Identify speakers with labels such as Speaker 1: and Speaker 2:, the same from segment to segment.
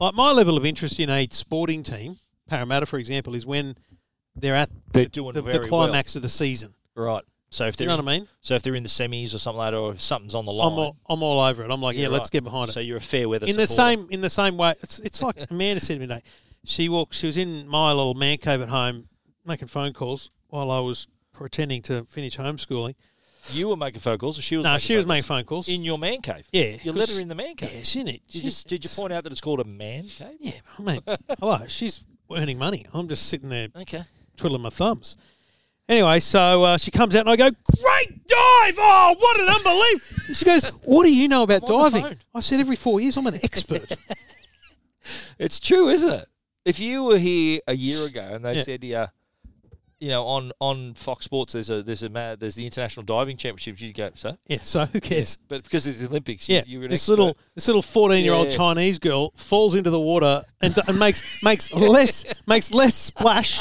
Speaker 1: Like my level of interest in a sporting team, Parramatta, for example, is when they're at
Speaker 2: They're doing
Speaker 1: the, the
Speaker 2: very
Speaker 1: climax of the season.
Speaker 2: well. right? So if
Speaker 1: Do
Speaker 2: they're
Speaker 1: you know
Speaker 2: in,
Speaker 1: what I mean?
Speaker 2: so if they're in the semis or something like that, or if something's on the line,
Speaker 1: I'm all, I'm all over it. I'm like, yeah,
Speaker 2: Yeah,
Speaker 1: let's
Speaker 2: right.
Speaker 1: get behind it.
Speaker 2: so you're a fair weather.
Speaker 1: in the
Speaker 2: supporter.
Speaker 1: same in the same way. It's it's like Amanda said to me today. She walked. She was in my little man cave at home making phone calls while I was pretending to finish homeschooling.
Speaker 2: you were making phone calls, or she was.
Speaker 1: No,
Speaker 2: making
Speaker 1: she
Speaker 2: phone
Speaker 1: was making
Speaker 2: calls?
Speaker 1: phone calls.
Speaker 2: in your man cave.
Speaker 1: yeah,
Speaker 2: you let her in the man cave.
Speaker 1: Yeah, she need.
Speaker 2: Did you,
Speaker 1: she-
Speaker 2: did you point out that it's called a man cave?
Speaker 1: Yeah, I mean, hello. She's earning money. I'm just sitting there
Speaker 2: Okay.
Speaker 1: twiddling my thumbs. Anyway, so uh, she comes out and I go, "Great dive! Oh, what an unbelievable!" And she goes, "What do you know about
Speaker 2: I'm on the
Speaker 1: diving?"
Speaker 2: phone.
Speaker 1: I said, "Every four years, I'm an expert."
Speaker 2: It's true, isn't it? If you were here a year ago and they
Speaker 1: Yeah.
Speaker 2: said to you, you know, on, on Fox Sports, there's a there's a ma- there's the International Diving Championships. You'd go, so,
Speaker 1: yeah. So who cares?
Speaker 2: but because it's the Olympics,
Speaker 1: Yeah,
Speaker 2: you, you're an
Speaker 1: this
Speaker 2: expert.
Speaker 1: little this little fourteen year old
Speaker 2: Yeah.
Speaker 1: Chinese girl falls into the water and, and makes makes less makes less splash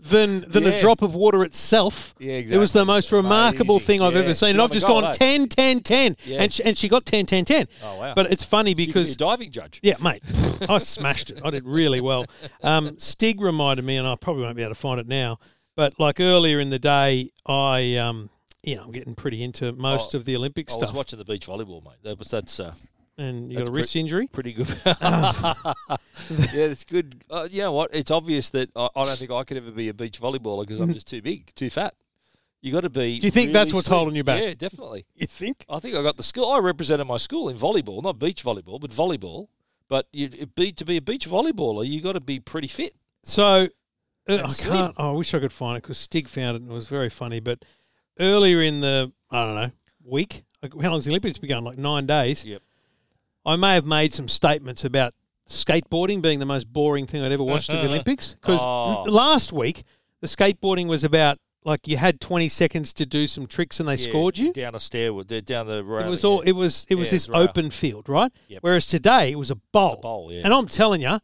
Speaker 1: than than a
Speaker 2: Yeah.
Speaker 1: drop of water itself.
Speaker 2: Yeah,
Speaker 1: It was the
Speaker 2: exactly.
Speaker 1: most remarkable
Speaker 2: Amazing.
Speaker 1: thing I've
Speaker 2: Yeah.
Speaker 1: ever seen.
Speaker 2: She
Speaker 1: And
Speaker 2: won
Speaker 1: I've
Speaker 2: the
Speaker 1: just
Speaker 2: gold,
Speaker 1: gone
Speaker 2: eh?
Speaker 1: 10, 10, 10.
Speaker 2: Yeah.
Speaker 1: And, she, and she got 10, 10, 10.
Speaker 2: Oh, wow.
Speaker 1: But it's funny because
Speaker 2: You're a diving judge.
Speaker 1: yeah, mate, I smashed it. I did really well. Um, Stig reminded me, and I probably won't be able to find it now, but like earlier in the day, I, um, you know, I'm getting pretty into most
Speaker 2: Oh,
Speaker 1: of the Olympic
Speaker 2: I
Speaker 1: stuff,
Speaker 2: was watching the beach volleyball, mate. That was that's uh,
Speaker 1: and you got
Speaker 2: that's
Speaker 1: a wrist
Speaker 2: pre-
Speaker 1: injury.
Speaker 2: pretty good. yeah, it's good. Uh, you know what? It's obvious that I, I don't think I could ever be a beach volleyballer because I'm just too big, too fat. You got to be.
Speaker 1: Do you think that's
Speaker 2: really
Speaker 1: what's
Speaker 2: slim.
Speaker 1: holding you back?
Speaker 2: Yeah, definitely.
Speaker 1: You think?
Speaker 2: I think I got the skill. I represented my school in volleyball, not beach volleyball, but volleyball. But you, it be, to be a beach volleyballer, you got to be pretty fit.
Speaker 1: So uh, I
Speaker 2: That's slim.
Speaker 1: can't. Oh, I wish I could find it because Stig found it and it was very funny. But earlier in the, I don't know, week, like, how long's the Olympics been going? Like nine days.
Speaker 2: Yep.
Speaker 1: I may have made some statements about skateboarding being the most boring thing I'd ever watched at the Olympics because
Speaker 2: Oh.
Speaker 1: last week the skateboarding was about like you had 20 seconds to do some tricks and they scored you.
Speaker 2: down a stairway, d- down the road.
Speaker 1: It was all it was it was
Speaker 2: Yeah,
Speaker 1: this
Speaker 2: it's right.
Speaker 1: open field, right?
Speaker 2: Yep.
Speaker 1: Whereas today it was a bowl.
Speaker 2: bowl, yeah.
Speaker 1: And I'm telling you,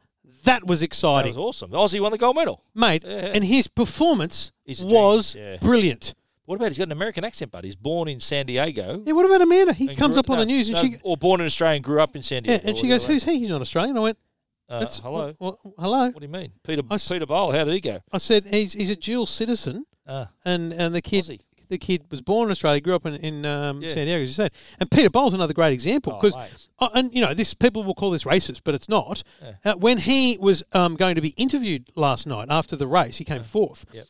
Speaker 1: that was
Speaker 2: that
Speaker 1: exciting
Speaker 2: was awesome. Aussie won the gold medal.
Speaker 1: mate,
Speaker 2: Yeah.
Speaker 1: and his performance
Speaker 2: He's a
Speaker 1: was
Speaker 2: genius, yeah.
Speaker 1: brilliant.
Speaker 2: What about he's got an American accent, but he's born in San Diego.
Speaker 1: Yeah, what about Amanda? He
Speaker 2: and
Speaker 1: comes
Speaker 2: grew-
Speaker 1: up on
Speaker 2: no,
Speaker 1: the news and
Speaker 2: no,
Speaker 1: she,
Speaker 2: or born in Australia and grew up in San
Speaker 1: yeah,
Speaker 2: Diego.
Speaker 1: and
Speaker 2: or
Speaker 1: she
Speaker 2: the
Speaker 1: goes,
Speaker 2: other way.
Speaker 1: "Who's he? He's not Australian." I went,
Speaker 2: Uh,
Speaker 1: That's,
Speaker 2: hello. What,
Speaker 1: well, well, hello."
Speaker 2: do you mean, Peter?
Speaker 1: I s-
Speaker 2: Peter Bowl. How did he go?
Speaker 1: I said, "He's he's a dual citizen,
Speaker 2: Uh,
Speaker 1: and and the kid."
Speaker 2: Aussie.
Speaker 1: The kid was born in Australia, grew up in, in um,
Speaker 2: Yeah.
Speaker 1: San Diego, as you said. And Peter Bowles another great example
Speaker 2: Oh,
Speaker 1: because,
Speaker 2: mate.
Speaker 1: and you know, this people will call this racist, but it's not.
Speaker 2: Yeah.
Speaker 1: Uh, when he was um, going to be interviewed last night after the race, he came fourth.
Speaker 2: Yep.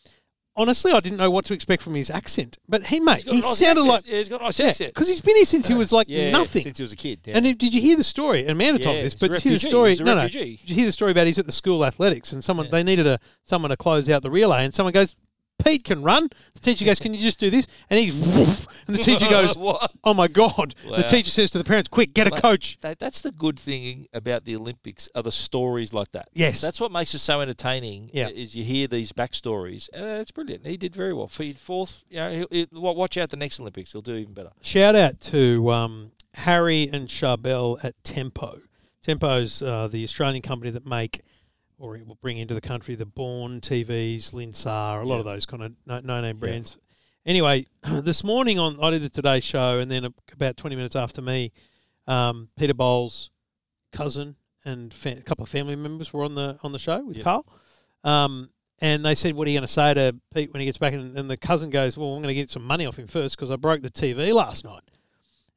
Speaker 1: Honestly, I didn't know what to expect from his accent, but he mate,
Speaker 2: He's got
Speaker 1: he
Speaker 2: an Aussie
Speaker 1: sounded
Speaker 2: accent.
Speaker 1: like
Speaker 2: yeah, he's got an Aussie
Speaker 1: Yeah,
Speaker 2: accent.
Speaker 1: because he's been here since he was like
Speaker 2: Uh, Yeah,
Speaker 1: nothing.
Speaker 2: since he was a kid. Yeah.
Speaker 1: and then, did you hear the story? And Amanda told me
Speaker 2: Yeah,
Speaker 1: this,
Speaker 2: he's a
Speaker 1: but did you hear the
Speaker 2: refugee.
Speaker 1: story?
Speaker 2: He's a
Speaker 1: no, no. Did
Speaker 2: refugee.
Speaker 1: you hear the story about he's at the school athletics and someone
Speaker 2: Yeah.
Speaker 1: they needed a someone to close out the relay and someone goes, Pete can run. The teacher goes, Can you just do this? And he's woof, and the teacher goes,
Speaker 2: What?
Speaker 1: Oh my god! The
Speaker 2: Wow.
Speaker 1: teacher says to the parents, Quick, get a
Speaker 2: Mate,
Speaker 1: coach.
Speaker 2: That, that's the good thing about the Olympics are the stories like that.
Speaker 1: Yes.
Speaker 2: that's what makes it so entertaining.
Speaker 1: Yeah.
Speaker 2: is you hear these backstories, and it's brilliant. He did very well. Feed fourth. You know, he'll, he'll- wa- watch out the next Olympics. He'll do even better.
Speaker 1: Shout out to um, Harry and Charbel at Tempo. Tempo's uh, the Australian company that make or it will bring into the country the Bourne TVs, Linsar, a lot of those kind of no, no-name brands. Anyway, this morning on I did the Today Show, and then a- about twenty minutes after me, um, Peter Bowles' cousin and fa- a couple of family members were on the on the show with
Speaker 2: Yeah.
Speaker 1: Carl. Um, and they said, "What are you going to say to Pete when he gets back?" And, and the cousin goes, "Well, I'm going to get some money off him first because I broke the TV last night."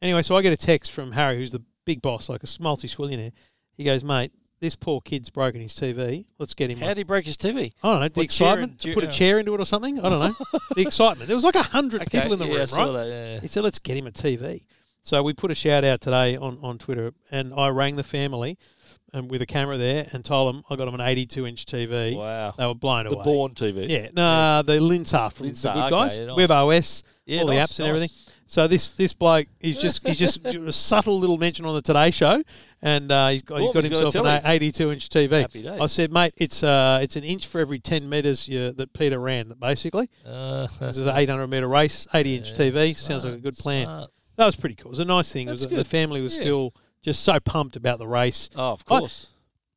Speaker 1: Anyway, so I get a text from Harry, who's the big boss, like a multi-millionaire. He goes, "Mate, this poor kid's broken his TV. Let's get him."
Speaker 2: How
Speaker 1: one."
Speaker 2: did he break his TV?
Speaker 1: I don't know the
Speaker 2: What chair
Speaker 1: excitement.
Speaker 2: and-
Speaker 1: put a
Speaker 2: yeah.
Speaker 1: chair into it or something. I don't know the excitement. There was like a hundred people in the
Speaker 2: yeah, I
Speaker 1: room,
Speaker 2: saw
Speaker 1: right?
Speaker 2: that, yeah, yeah.
Speaker 1: He said, "Let's get him a TV." So we put a shout out today on, on Twitter, and I rang the family, and with a camera there, and told them I got him an 82 inch TV.
Speaker 2: Wow.
Speaker 1: They were blown
Speaker 2: The
Speaker 1: away.
Speaker 2: Born TV.
Speaker 1: Yeah, no, the Linsar from the
Speaker 2: Linsar,
Speaker 1: good
Speaker 2: okay,
Speaker 1: guys,
Speaker 2: yeah, nice.
Speaker 1: WebOS,
Speaker 2: Yeah,
Speaker 1: all the
Speaker 2: nice,
Speaker 1: apps and everything.
Speaker 2: nice.
Speaker 1: So this this bloke, he's just he's just a subtle little mention on the Today Show, and uh, he's got he's
Speaker 2: Boom,
Speaker 1: got
Speaker 2: he's got a
Speaker 1: himself an
Speaker 2: telly.
Speaker 1: 82 inch TV.
Speaker 2: Happy days.
Speaker 1: I said, mate, it's uh it's an inch for every 10 meters you, that Peter ran. Basically,
Speaker 2: Uh,
Speaker 1: this is an 800 meter race, 80 inch TV. Sounds like a good plan.
Speaker 2: smart.
Speaker 1: That was pretty cool. It was a nice thing. It was
Speaker 2: That's
Speaker 1: that the
Speaker 2: good.
Speaker 1: family was
Speaker 2: Yeah.
Speaker 1: still just so pumped about the race.
Speaker 2: Oh, of
Speaker 1: I-
Speaker 2: course.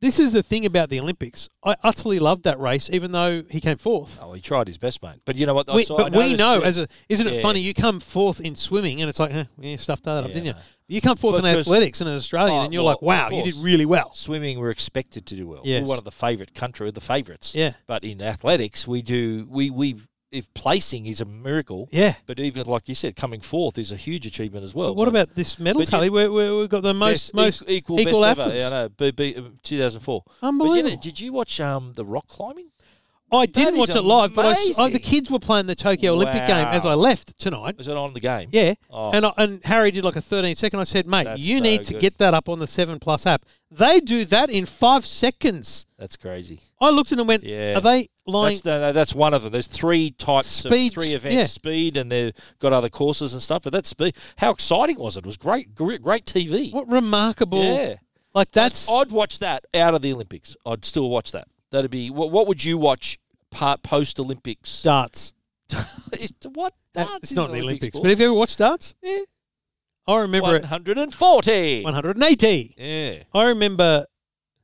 Speaker 1: This is the thing about the Olympics. I utterly loved that race, even though he came fourth.
Speaker 2: oh, he tried his best, mate. But you know what? I
Speaker 1: we,
Speaker 2: saw- I
Speaker 1: but we
Speaker 2: noticed
Speaker 1: know
Speaker 2: too-
Speaker 1: as a, isn't it
Speaker 2: Yeah.
Speaker 1: funny? You come fourth in swimming, and it's like, eh, yeah, stuff that up,
Speaker 2: Yeah,
Speaker 1: didn't you?
Speaker 2: no.
Speaker 1: You come forth in
Speaker 2: Because-
Speaker 1: athletics in Australia,
Speaker 2: Oh,
Speaker 1: and you're
Speaker 2: well,
Speaker 1: like, wow,
Speaker 2: of
Speaker 1: you did
Speaker 2: course.
Speaker 1: really well.
Speaker 2: Swimming, we're expected to do well.
Speaker 1: Yes.
Speaker 2: We're one of the favourite country, the favourites.
Speaker 1: Yeah,
Speaker 2: But in athletics, we do we we if placing is a miracle,
Speaker 1: yeah.
Speaker 2: but even like you said, coming fourth is a huge achievement as well.
Speaker 1: But what
Speaker 2: Like,
Speaker 1: about this medal
Speaker 2: but you-
Speaker 1: tally? Where, where we've got the most,
Speaker 2: best-
Speaker 1: most
Speaker 2: equ- equal,
Speaker 1: equal
Speaker 2: best
Speaker 1: athletes?
Speaker 2: Ever. Yeah, I know. B, B, uh, 2004. But
Speaker 1: unbelievable.
Speaker 2: you know, did you watch um the rock climbing?
Speaker 1: I didn't
Speaker 2: is
Speaker 1: watch it live, but I s I
Speaker 2: amazing.
Speaker 1: the kids were playing the Tokyo Olympic game as
Speaker 2: Wow.
Speaker 1: I left tonight.
Speaker 2: Was it on the game?
Speaker 1: Yeah,
Speaker 2: Oh,
Speaker 1: and I, and Harry did like a 13 second. I said, mate,
Speaker 2: That's
Speaker 1: you
Speaker 2: so
Speaker 1: need to
Speaker 2: good.
Speaker 1: get that up on the Seven Plus app. They do that in five seconds.
Speaker 2: that's crazy.
Speaker 1: I looked at it and went,
Speaker 2: Yeah.
Speaker 1: are they lying?
Speaker 2: That's, no, no, that's one of them. There's three types
Speaker 1: Speed,
Speaker 2: of three events:
Speaker 1: yeah.
Speaker 2: speed, and they've got other courses and stuff. But that's speed. How exciting was it? It was great, great, great TV.
Speaker 1: What remarkable!
Speaker 2: Yeah,
Speaker 1: Like that's
Speaker 2: I'd watch that out of the Olympics. I'd still watch that. That'd be what? What would you watch? Part post Olympics.
Speaker 1: darts.
Speaker 2: what?
Speaker 1: That-
Speaker 2: Darts
Speaker 1: it's
Speaker 2: is
Speaker 1: not
Speaker 2: an
Speaker 1: the Olympic Olympics,
Speaker 2: sport.
Speaker 1: but have you ever watched darts?
Speaker 2: Yeah.
Speaker 1: I remember it.
Speaker 2: 140.
Speaker 1: 180.
Speaker 2: Yeah.
Speaker 1: I remember.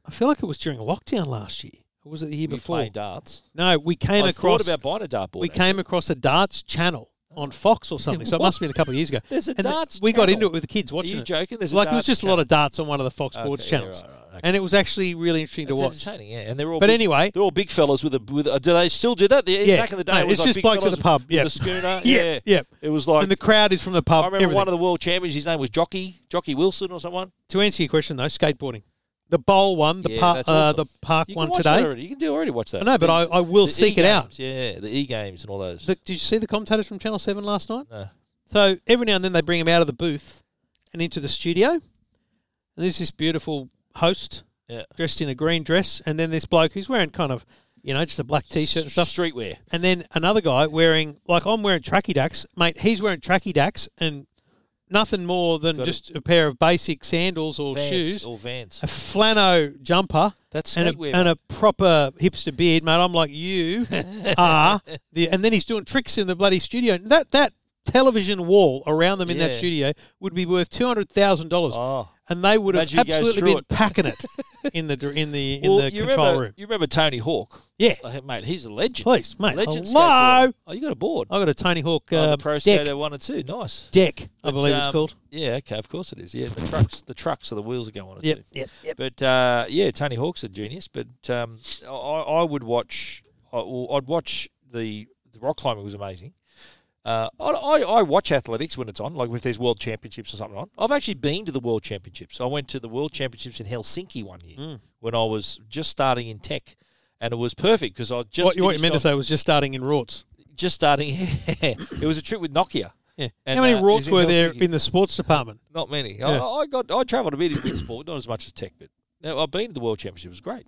Speaker 1: I feel like it was during lockdown last year. Or was it the year
Speaker 2: Were you
Speaker 1: before?
Speaker 2: playing darts.
Speaker 1: No, we came
Speaker 2: I
Speaker 1: across.
Speaker 2: thought about buying a dartboard.
Speaker 1: we came across a darts channel on Fox or something. So it
Speaker 2: What?
Speaker 1: must have been a couple of years ago.
Speaker 2: There's a
Speaker 1: And th-
Speaker 2: darts
Speaker 1: we got
Speaker 2: channel.
Speaker 1: into it with the kids
Speaker 2: Are
Speaker 1: watching
Speaker 2: you
Speaker 1: it.
Speaker 2: joking? There's a
Speaker 1: like it was
Speaker 2: darts
Speaker 1: just a lot of darts on one of the Fox
Speaker 2: channel.
Speaker 1: Sports
Speaker 2: Okay, yeah,
Speaker 1: channels,
Speaker 2: right, right, okay.
Speaker 1: and it was actually really interesting to
Speaker 2: It's
Speaker 1: watch.
Speaker 2: entertaining, yeah. And they're all
Speaker 1: But
Speaker 2: big-
Speaker 1: anyway,
Speaker 2: They're all big fellas with a with. A, do they still do that? The,
Speaker 1: Yeah.
Speaker 2: back in the day,
Speaker 1: No,
Speaker 2: it was
Speaker 1: it's
Speaker 2: like
Speaker 1: just
Speaker 2: big
Speaker 1: blokes at
Speaker 2: fellas
Speaker 1: the pub,
Speaker 2: with
Speaker 1: yeah.
Speaker 2: a schooner.
Speaker 1: yeah, yeah.
Speaker 2: It was like.
Speaker 1: and the crowd is from the
Speaker 2: I
Speaker 1: pub.
Speaker 2: remember one of the world champions. His name was Jockey Jockey Wilson or someone.
Speaker 1: to answer your question though, skateboarding, the bowl one, the
Speaker 2: Yeah,
Speaker 1: par-
Speaker 2: that's
Speaker 1: uh,
Speaker 2: awesome.
Speaker 1: the park
Speaker 2: You can
Speaker 1: one
Speaker 2: watch that
Speaker 1: today.
Speaker 2: already. You can do already watch that.
Speaker 1: I know, but I, I will seek it out.
Speaker 2: Yeah, the e games and all those.
Speaker 1: The, did you see the commentators from Channel Seven last night?
Speaker 2: No.
Speaker 1: So every now and then they bring him out of the booth and into the studio. And there's this beautiful host
Speaker 2: Yeah.
Speaker 1: dressed in a green dress, and then this bloke who's wearing kind of, you know, just a black t-shirt and stuff.
Speaker 2: Streetwear.
Speaker 1: And then another guy wearing, like I'm wearing tracky dacks, mate. He's wearing tracky dacks and nothing more than
Speaker 2: Got it.
Speaker 1: just a pair of basic sandals or
Speaker 2: Vans,
Speaker 1: shoes,
Speaker 2: All Vans.
Speaker 1: a flannel jumper,
Speaker 2: That's
Speaker 1: and a,
Speaker 2: skatewear,
Speaker 1: and a proper hipster beard, mate. I'm like, you are the. And then he's doing tricks in the bloody studio. And That that television wall around them in that
Speaker 2: Yeah.
Speaker 1: studio would be worth two hundred thousand dollars,
Speaker 2: Oh.
Speaker 1: and they would have
Speaker 2: Imagine you go
Speaker 1: absolutely
Speaker 2: through
Speaker 1: been
Speaker 2: it.
Speaker 1: packing it in the dr- in the in
Speaker 2: Well,
Speaker 1: the
Speaker 2: you
Speaker 1: control
Speaker 2: remember,
Speaker 1: room.
Speaker 2: You remember Tony Hawk?
Speaker 1: Yeah,
Speaker 2: Like, mate, he's a legend.
Speaker 1: please, mate.
Speaker 2: legend
Speaker 1: Hello,
Speaker 2: skateboarder. Oh, you got a board.
Speaker 1: I got a Tony Hawk
Speaker 2: Oh,
Speaker 1: uh,
Speaker 2: the Pro
Speaker 1: deck.
Speaker 2: Skater one and two. Nice.
Speaker 1: Deck, I
Speaker 2: But,
Speaker 1: believe it's
Speaker 2: um,
Speaker 1: called.
Speaker 2: Yeah, okay, of course it is. Yeah, the trucks, the trucks are the wheels that go on it.
Speaker 1: Yep,
Speaker 2: too.
Speaker 1: yep, yep.
Speaker 2: But uh, yeah, Tony Hawk's a genius. But um, I, I would watch. I, well, I'd watch the the rock climbing was amazing. Uh, I, I, I watch athletics when it's on, like if there's world championships or something on. I've actually been to the world championships. I went to the world championships in Helsinki one year
Speaker 1: Mm.
Speaker 2: when I was just starting in tech, and it was perfect because I just
Speaker 1: What, you- what you
Speaker 2: finished
Speaker 1: meant to
Speaker 2: off-
Speaker 1: say was just starting in rorts.
Speaker 2: just starting. it was a trip with Nokia.
Speaker 1: Yeah.
Speaker 2: And,
Speaker 1: How many
Speaker 2: uh,
Speaker 1: rorts
Speaker 2: is it
Speaker 1: were there
Speaker 2: Helsinki?
Speaker 1: in the sports department?
Speaker 2: Not many. I,
Speaker 1: Yeah.
Speaker 2: I got I travelled a bit in sport, not as much as tech, but no, I've been to the world championship. It was great.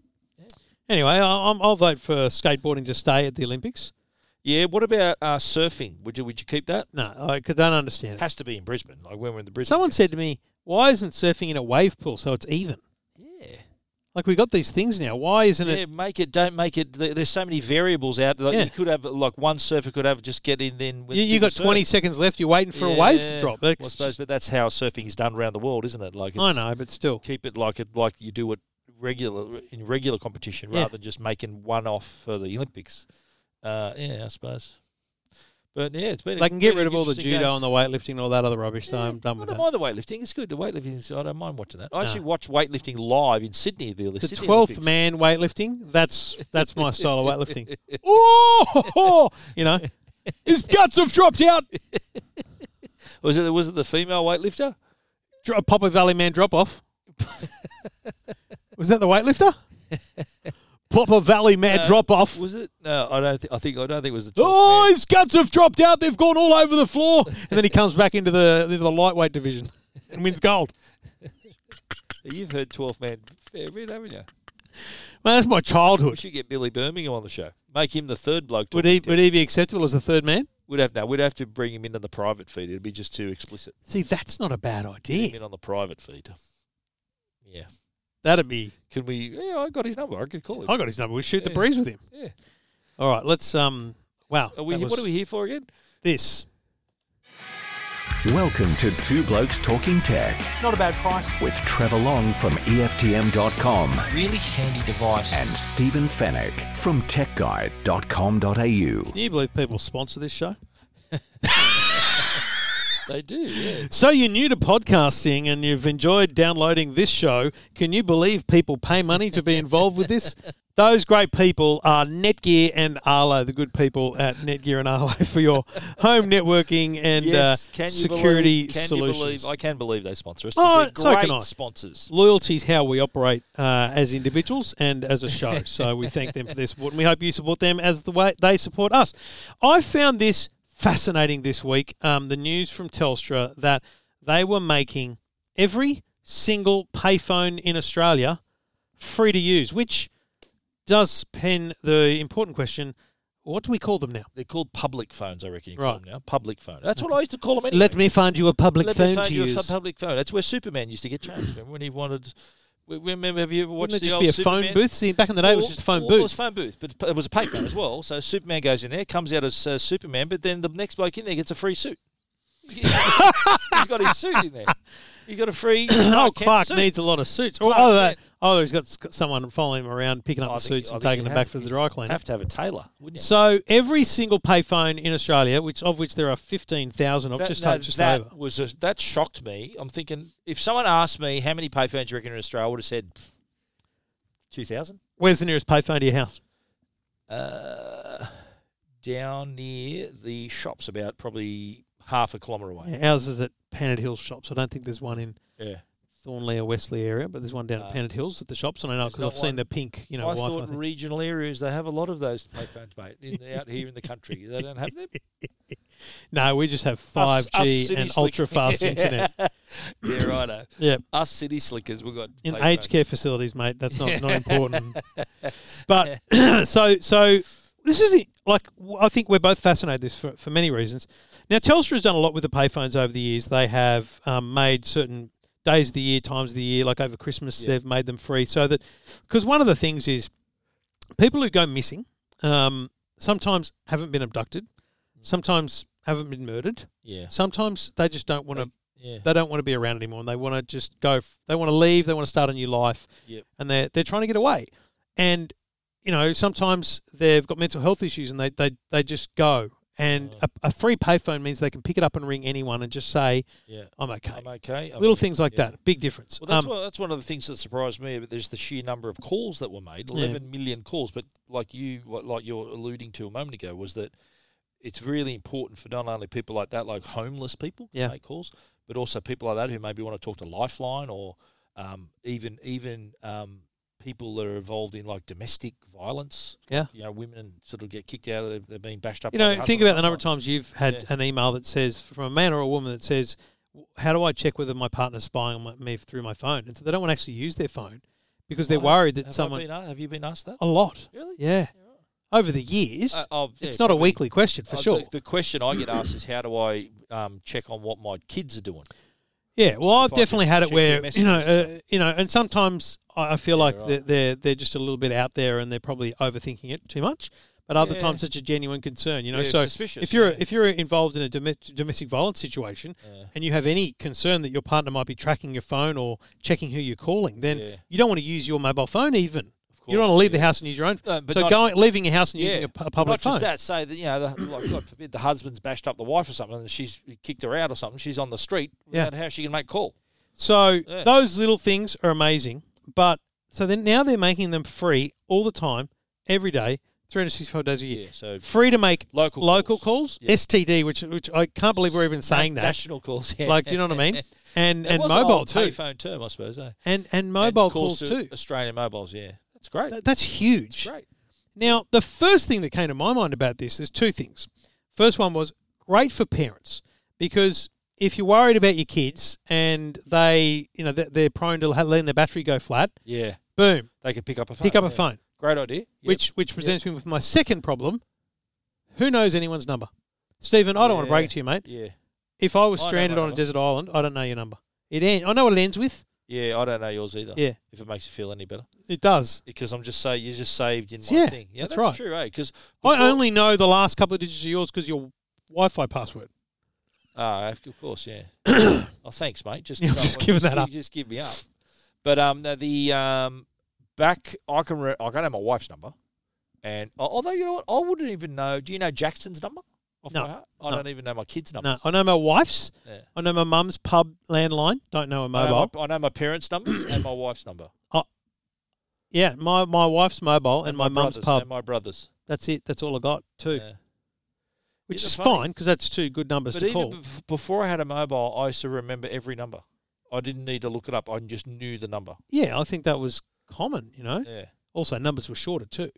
Speaker 1: Anyway, I, I'm, I'll vote for skateboarding to stay at the Olympics.
Speaker 2: Yeah, what about uh, surfing? Would you would you keep that?
Speaker 1: No, I could- don't understand it.
Speaker 2: Has to be in Brisbane, like when we're in the Brisbane.
Speaker 1: Someone said to me, "Why isn't surfing in a wave pool so it's even?
Speaker 2: yeah,
Speaker 1: Like we got these things now. Why isn't
Speaker 2: yeah,
Speaker 1: it?
Speaker 2: make it. Don't make it. there- There's so many variables out. Like
Speaker 1: Yeah.
Speaker 2: You could have like one surfer could have just get in. Then with
Speaker 1: You, you
Speaker 2: people
Speaker 1: got 20
Speaker 2: surf.
Speaker 1: seconds left. You're waiting for a wave to
Speaker 2: Yeah.
Speaker 1: drop.
Speaker 2: Well, I
Speaker 1: That's-
Speaker 2: suppose, but that's how surfing is done around the world, isn't it? Like it's,
Speaker 1: I know, but still,
Speaker 2: keep it like it like you do it regular in regular competition
Speaker 1: Yeah.
Speaker 2: rather than just making one off for the Olympics. Uh, yeah, I suppose. But yeah, it's been.
Speaker 1: they can get rid of all the judo and the weightlifting and all that other rubbish. So I'm done
Speaker 2: I
Speaker 1: with
Speaker 2: don't
Speaker 1: that.
Speaker 2: mind the weightlifting. It's good. The weightlifting. I don't mind watching that. I
Speaker 1: No.
Speaker 2: actually watched weightlifting live in Sydney. The,
Speaker 1: The
Speaker 2: Sydney
Speaker 1: 12th
Speaker 2: Olympics.
Speaker 1: man weightlifting. That's that's my style of weightlifting. Oh, you know, his guts have dropped out.
Speaker 2: Was it? Was it the female weightlifter?
Speaker 1: Dro- Poppy Valley man drop off. Was that the weightlifter? Popper Valley man
Speaker 2: No.
Speaker 1: drop off.
Speaker 2: Was it? No, I don't. Th- I think I don't think it was the. 12th
Speaker 1: Oh,
Speaker 2: man.
Speaker 1: his guts have dropped out. They've gone all over the floor. And then he comes back into the into the lightweight division and wins gold.
Speaker 2: you've heard 12th man fair bit, haven't you?
Speaker 1: Man, that's my
Speaker 2: We
Speaker 1: childhood.
Speaker 2: should get Billy Birmingham on the show. Make him the third bloke.
Speaker 1: Would
Speaker 2: talking
Speaker 1: he
Speaker 2: to
Speaker 1: would he be acceptable as the third man?
Speaker 2: We'd have no. We'd have to bring him into the private feed. It'd be just too explicit.
Speaker 1: See, that's not a bad
Speaker 2: Get him
Speaker 1: idea.
Speaker 2: in on the private feed. Yeah.
Speaker 1: That'd be.
Speaker 2: Can we? Yeah, I got his number. I could call him.
Speaker 1: I got his number. We shoot the
Speaker 2: Yeah.
Speaker 1: breeze with him.
Speaker 2: Yeah.
Speaker 1: All right, let's um. Wow,
Speaker 2: Are we,
Speaker 1: that
Speaker 2: what are
Speaker 1: was
Speaker 2: we here for again?
Speaker 1: This
Speaker 3: Welcome to Two Blokes Talking Tech
Speaker 4: Not a bad price.
Speaker 3: with Trevor Long from E EFTM.com
Speaker 2: Really handy device.
Speaker 3: and Stephen Fennec from TechGuide.com.au.
Speaker 1: Can you believe people sponsor this show?
Speaker 2: they do. Yeah.
Speaker 1: So you're new to podcasting and you've enjoyed downloading this show. Can you believe people pay money to be involved with this? Those great people are Netgear and Arlo, the good people at Netgear and Arlo for your home networking and
Speaker 2: yes,
Speaker 1: uh,
Speaker 2: can you
Speaker 1: security
Speaker 2: believe, can
Speaker 1: solutions.
Speaker 2: You believe, I can believe they sponsor us.
Speaker 1: Oh,
Speaker 2: Oh,
Speaker 1: so
Speaker 2: great
Speaker 1: can I.
Speaker 2: sponsors.
Speaker 1: Loyalty is how we operate uh, as individuals and as a show. So we thank them for their support, and we hope you support them as the way they support us. I found this fascinating this week. Um, the news from Telstra that they were making every single payphone in Australia free to use, which does pen the important question: What do we call them now?
Speaker 2: They're called public phones, I reckon you call
Speaker 1: Right.
Speaker 2: them now. Public phone. That's what I used to call them anyway.
Speaker 1: Let me find you a public
Speaker 2: Let me
Speaker 1: phone
Speaker 2: phone
Speaker 1: to
Speaker 2: you a
Speaker 1: use.
Speaker 2: public phone. That's where Superman used to get changed remember, when he wanted. we- Remember, have you ever watched
Speaker 1: Wouldn't it
Speaker 2: the
Speaker 1: just
Speaker 2: old
Speaker 1: be a
Speaker 2: Superman?
Speaker 1: phone booth? See, back in the day, it was
Speaker 2: Or-
Speaker 1: just a phone
Speaker 2: or- It was
Speaker 1: booth.
Speaker 2: phone booth, but it was a payphone as well. So Superman goes in there, comes out as uh, Superman, but then the next bloke in there gets a free suit. He's got his suit in there. He got a free.
Speaker 1: Oh,
Speaker 2: Clark Kent
Speaker 1: Clark
Speaker 2: suit.
Speaker 1: needs a lot of suits. Or
Speaker 2: Clark
Speaker 1: either Oh, that,
Speaker 2: Kent.
Speaker 1: either he's got s- got someone following him around, picking up
Speaker 2: Oh, I
Speaker 1: the
Speaker 2: think-
Speaker 1: suits
Speaker 2: I
Speaker 1: and
Speaker 2: think
Speaker 1: taking
Speaker 2: you
Speaker 1: them back
Speaker 2: have-
Speaker 1: for the
Speaker 2: you
Speaker 1: dry cleaner.
Speaker 2: Have to have a tailor, wouldn't you?
Speaker 1: So every single payphone in Australia, which of which there are fifteen thousand of,
Speaker 2: That-
Speaker 1: just
Speaker 2: no,
Speaker 1: over, just
Speaker 2: that
Speaker 1: over.
Speaker 2: was a, that shocked me. I'm thinking if someone asked me how many payphones you reckon in Australia, I would have said two thousand.
Speaker 1: Where's the nearest payphone to your house?
Speaker 2: Uh, down near the shops, about probably half a kilometre away.
Speaker 1: Yeah, ours is at Pannett Hills shops. I don't think there's one in
Speaker 2: Yeah.
Speaker 1: Thornley or Wesley area, but there's one down at
Speaker 2: Uh,
Speaker 1: Pannett Hills at the shops, and I know
Speaker 2: there's
Speaker 1: because I've
Speaker 2: not
Speaker 1: seen
Speaker 2: one.
Speaker 1: the pink, you know,
Speaker 2: I
Speaker 1: Wi-Fi
Speaker 2: thought
Speaker 1: thing.
Speaker 2: regional areas they have a lot of those payphones, mate. In the, out here in the country, they don't have them.
Speaker 1: No, we just have five
Speaker 2: Us- us
Speaker 1: G
Speaker 2: city
Speaker 1: and
Speaker 2: slick-
Speaker 1: ultra fast internet.
Speaker 2: yeah, righto.
Speaker 1: Yeah,
Speaker 2: Us city slickers, we've got
Speaker 1: in
Speaker 2: payphones.
Speaker 1: aged care facilities, mate. That's not, not important. But so so this is it. like w- I think we're both fascinated this for, for many reasons. Now Telstra's done a lot with the payphones over the years. They have um, made certain days of the year, times of the year, like over Christmas,
Speaker 2: Yeah.
Speaker 1: they've made them free so that because one of the things is people who go missing um, sometimes haven't been abducted, sometimes haven't been murdered,
Speaker 2: Yeah,
Speaker 1: sometimes they just don't want to
Speaker 2: yeah.
Speaker 1: they don't want to be around anymore and they want to just go f- they want to leave they want to start a new life
Speaker 2: Yep.
Speaker 1: and they're, they're trying to get away and you know sometimes they've got mental health issues and they, they, they just go and a, a free payphone means they can pick it up and ring anyone and just say
Speaker 2: Yeah.
Speaker 1: i'm okay
Speaker 2: I'm okay. I'm
Speaker 1: little
Speaker 2: okay.
Speaker 1: things like
Speaker 2: Yeah.
Speaker 1: that big difference
Speaker 2: Well, that's,
Speaker 1: Um,
Speaker 2: one, that's one of the things that surprised me. But there's the sheer number of calls that were made,
Speaker 1: Yeah.
Speaker 2: eleven million calls. But like you, what- like you're alluding to a moment ago, was that it's really important for not only people like that, like homeless people, to
Speaker 1: Yeah.
Speaker 2: make calls, but also people like that who maybe want to talk to Lifeline or um, even even um, people that are involved in like domestic violence.
Speaker 1: Yeah.
Speaker 2: you know, women sort of get kicked out. They're, they're being bashed up.
Speaker 1: you
Speaker 2: by
Speaker 1: know
Speaker 2: their
Speaker 1: think
Speaker 2: husband or
Speaker 1: about the number of
Speaker 2: something
Speaker 1: times you've had
Speaker 2: Yeah.
Speaker 1: an email that says from a man or a woman that says how do i check whether my partner's spying on my, me through my phone and so they don't want to actually use their phone because they're
Speaker 2: like
Speaker 1: worried
Speaker 2: Have
Speaker 1: that
Speaker 2: I
Speaker 1: someone
Speaker 2: been a- have you been asked that?
Speaker 1: a lot
Speaker 2: Really?
Speaker 1: yeah over the years
Speaker 2: Uh, oh, yeah,
Speaker 1: it's not a
Speaker 2: probably.
Speaker 1: weekly question for
Speaker 2: Uh,
Speaker 1: sure.
Speaker 2: The, the question I get asked is how do I um, check on what my kids are doing?
Speaker 1: yeah, well, I've
Speaker 2: if I could
Speaker 1: definitely had it
Speaker 2: check
Speaker 1: where
Speaker 2: their
Speaker 1: you know, uh,
Speaker 2: messages.
Speaker 1: you know, and sometimes I I feel like
Speaker 2: right.
Speaker 1: they're, they're they're just a little bit out there and they're probably overthinking it too much. But other
Speaker 2: Yeah.
Speaker 1: times it's a genuine concern, you know.
Speaker 2: Yeah, it's
Speaker 1: so
Speaker 2: suspicious,
Speaker 1: if you're
Speaker 2: yeah.
Speaker 1: if you're involved in a domestic, domestic violence situation
Speaker 2: Yeah.
Speaker 1: and you have any concern that your partner might be tracking your phone or checking who you're calling, then
Speaker 2: Yeah.
Speaker 1: you don't want to use your mobile phone even.
Speaker 2: course,
Speaker 1: You don't want to leave
Speaker 2: yeah.
Speaker 1: the house and use your own.
Speaker 2: No, but
Speaker 1: so
Speaker 2: not-
Speaker 1: going leaving your house and using a, pu- a public
Speaker 2: Not
Speaker 1: phone.
Speaker 2: just that, say that you know, the, like, God forbid, the husband's bashed up the wife or something, and she's kicked her out or something. She's on the street.
Speaker 1: Yeah.
Speaker 2: Without how she can make call?
Speaker 1: So
Speaker 2: Yeah.
Speaker 1: those little things are amazing. But so then now they're making them free all the time, every day, 365 days a year.
Speaker 2: Yeah, so
Speaker 1: Free to make
Speaker 2: Local
Speaker 1: calls,
Speaker 2: calls. Yeah.
Speaker 1: STD, which which I can't believe we're even saying that.
Speaker 2: national calls. Yeah.
Speaker 1: Like, do you know what I mean? And
Speaker 2: That
Speaker 1: and
Speaker 2: was an
Speaker 1: mobile
Speaker 2: old
Speaker 1: too,
Speaker 2: Payphone term, I suppose. Eh?
Speaker 1: and and
Speaker 2: And
Speaker 1: mobile calls,
Speaker 2: to
Speaker 1: too.
Speaker 2: Australian mobiles. Yeah, that's great.
Speaker 1: That- That's huge.
Speaker 2: great.
Speaker 1: Now, the first thing that came to my mind about this, there's two things. First one was great for parents because if you're worried about your kids and they, you know, they're- they're prone to ha- letting their battery go flat,
Speaker 2: Yeah,
Speaker 1: boom,
Speaker 2: they can pick up a phone.
Speaker 1: pick up
Speaker 2: yeah.
Speaker 1: a phone,
Speaker 2: Great idea. Yep.
Speaker 1: which which presents me with my second problem. Who knows anyone's number? Stephen, I don't want to break it to you, mate.
Speaker 2: yeah,
Speaker 1: If I was
Speaker 2: I know my
Speaker 1: stranded on a
Speaker 2: number.
Speaker 1: desert island, I don't know your number. It end, I know what it ends with.
Speaker 2: yeah. I don't know yours either.
Speaker 1: Yeah.
Speaker 2: if it makes you feel any better.
Speaker 1: It does.
Speaker 2: because I'm just say you just saved in one
Speaker 1: Yeah,
Speaker 2: thing. Yeah,
Speaker 1: that's
Speaker 2: that's,
Speaker 1: right.
Speaker 2: true, eh? Because
Speaker 1: I only know the last couple of digits of yours because your Wi-Fi password.
Speaker 2: ah, of course, yeah. oh, thanks, mate. Just,
Speaker 1: Yeah, I'm
Speaker 2: no,
Speaker 1: just giving that
Speaker 2: gi-
Speaker 1: up.
Speaker 2: Just give me up. But um, no, the um, back I can re- I can have my wife's number, and al- although you know what, I wouldn't even know. Do you know Jackson's number? off
Speaker 1: No.
Speaker 2: my heart. I
Speaker 1: No.
Speaker 2: don't even know my kids'
Speaker 1: No,
Speaker 2: numbers.
Speaker 1: I know my wife's.
Speaker 2: Yeah.
Speaker 1: I know my mum's pub landline. Don't know her
Speaker 2: I, know
Speaker 1: mobile.
Speaker 2: my, I know my parents' numbers and my wife's number.
Speaker 1: yeah, my, my wife's mobile and, my, mum's
Speaker 2: brothers,
Speaker 1: pub.
Speaker 2: And my brother's.
Speaker 1: that's it. That's all I got too,
Speaker 2: Yeah.
Speaker 1: which
Speaker 2: Yeah,
Speaker 1: is
Speaker 2: the funny-
Speaker 1: fine because that's two good numbers
Speaker 2: But
Speaker 1: to
Speaker 2: even
Speaker 1: call.
Speaker 2: b- before I had a mobile, I used to remember every number. I didn't need to look it up. I just knew the number.
Speaker 1: yeah, I think that was common. You know.
Speaker 2: Yeah.
Speaker 1: Also, numbers were shorter too.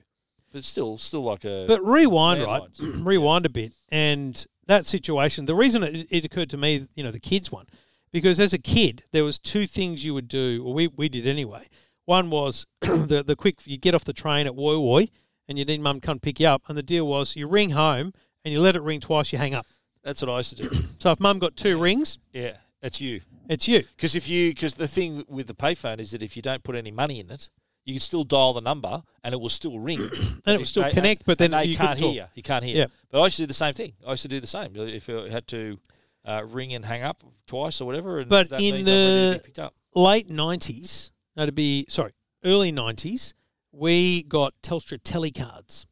Speaker 2: But still, still like a.
Speaker 1: But rewind, right?
Speaker 2: Landlines.
Speaker 1: rewind a bit, and that situation. The reason it, it occurred to me, you know, the kids one, because as a kid, there was two things you would do, or we, we did anyway. One was the the quick you get off the train at Woi Woi, and you need mum to come pick you up, and the deal was you ring home and you let it ring twice, you hang up.
Speaker 2: that's what I used to do.
Speaker 1: So if mum got two rings,
Speaker 2: yeah, that's you.
Speaker 1: it's you.
Speaker 2: Because if you, because the thing with the payphone is that if you don't put any money in it, you can still dial the number and it will still ring.
Speaker 1: And it will still connect, but then
Speaker 2: and they
Speaker 1: you
Speaker 2: can't
Speaker 1: couldn't
Speaker 2: hear
Speaker 1: talk.
Speaker 2: you. You can't hear.
Speaker 1: Yeah.
Speaker 2: But I used to do the same thing. I used to do the same. If I had to uh, ring and hang up twice or whatever, and
Speaker 1: But
Speaker 2: that
Speaker 1: in
Speaker 2: means I'm ready to
Speaker 1: the-
Speaker 2: be picked up.
Speaker 1: Late nineties, that'd be sorry, early nineties. We got Telstra telecards,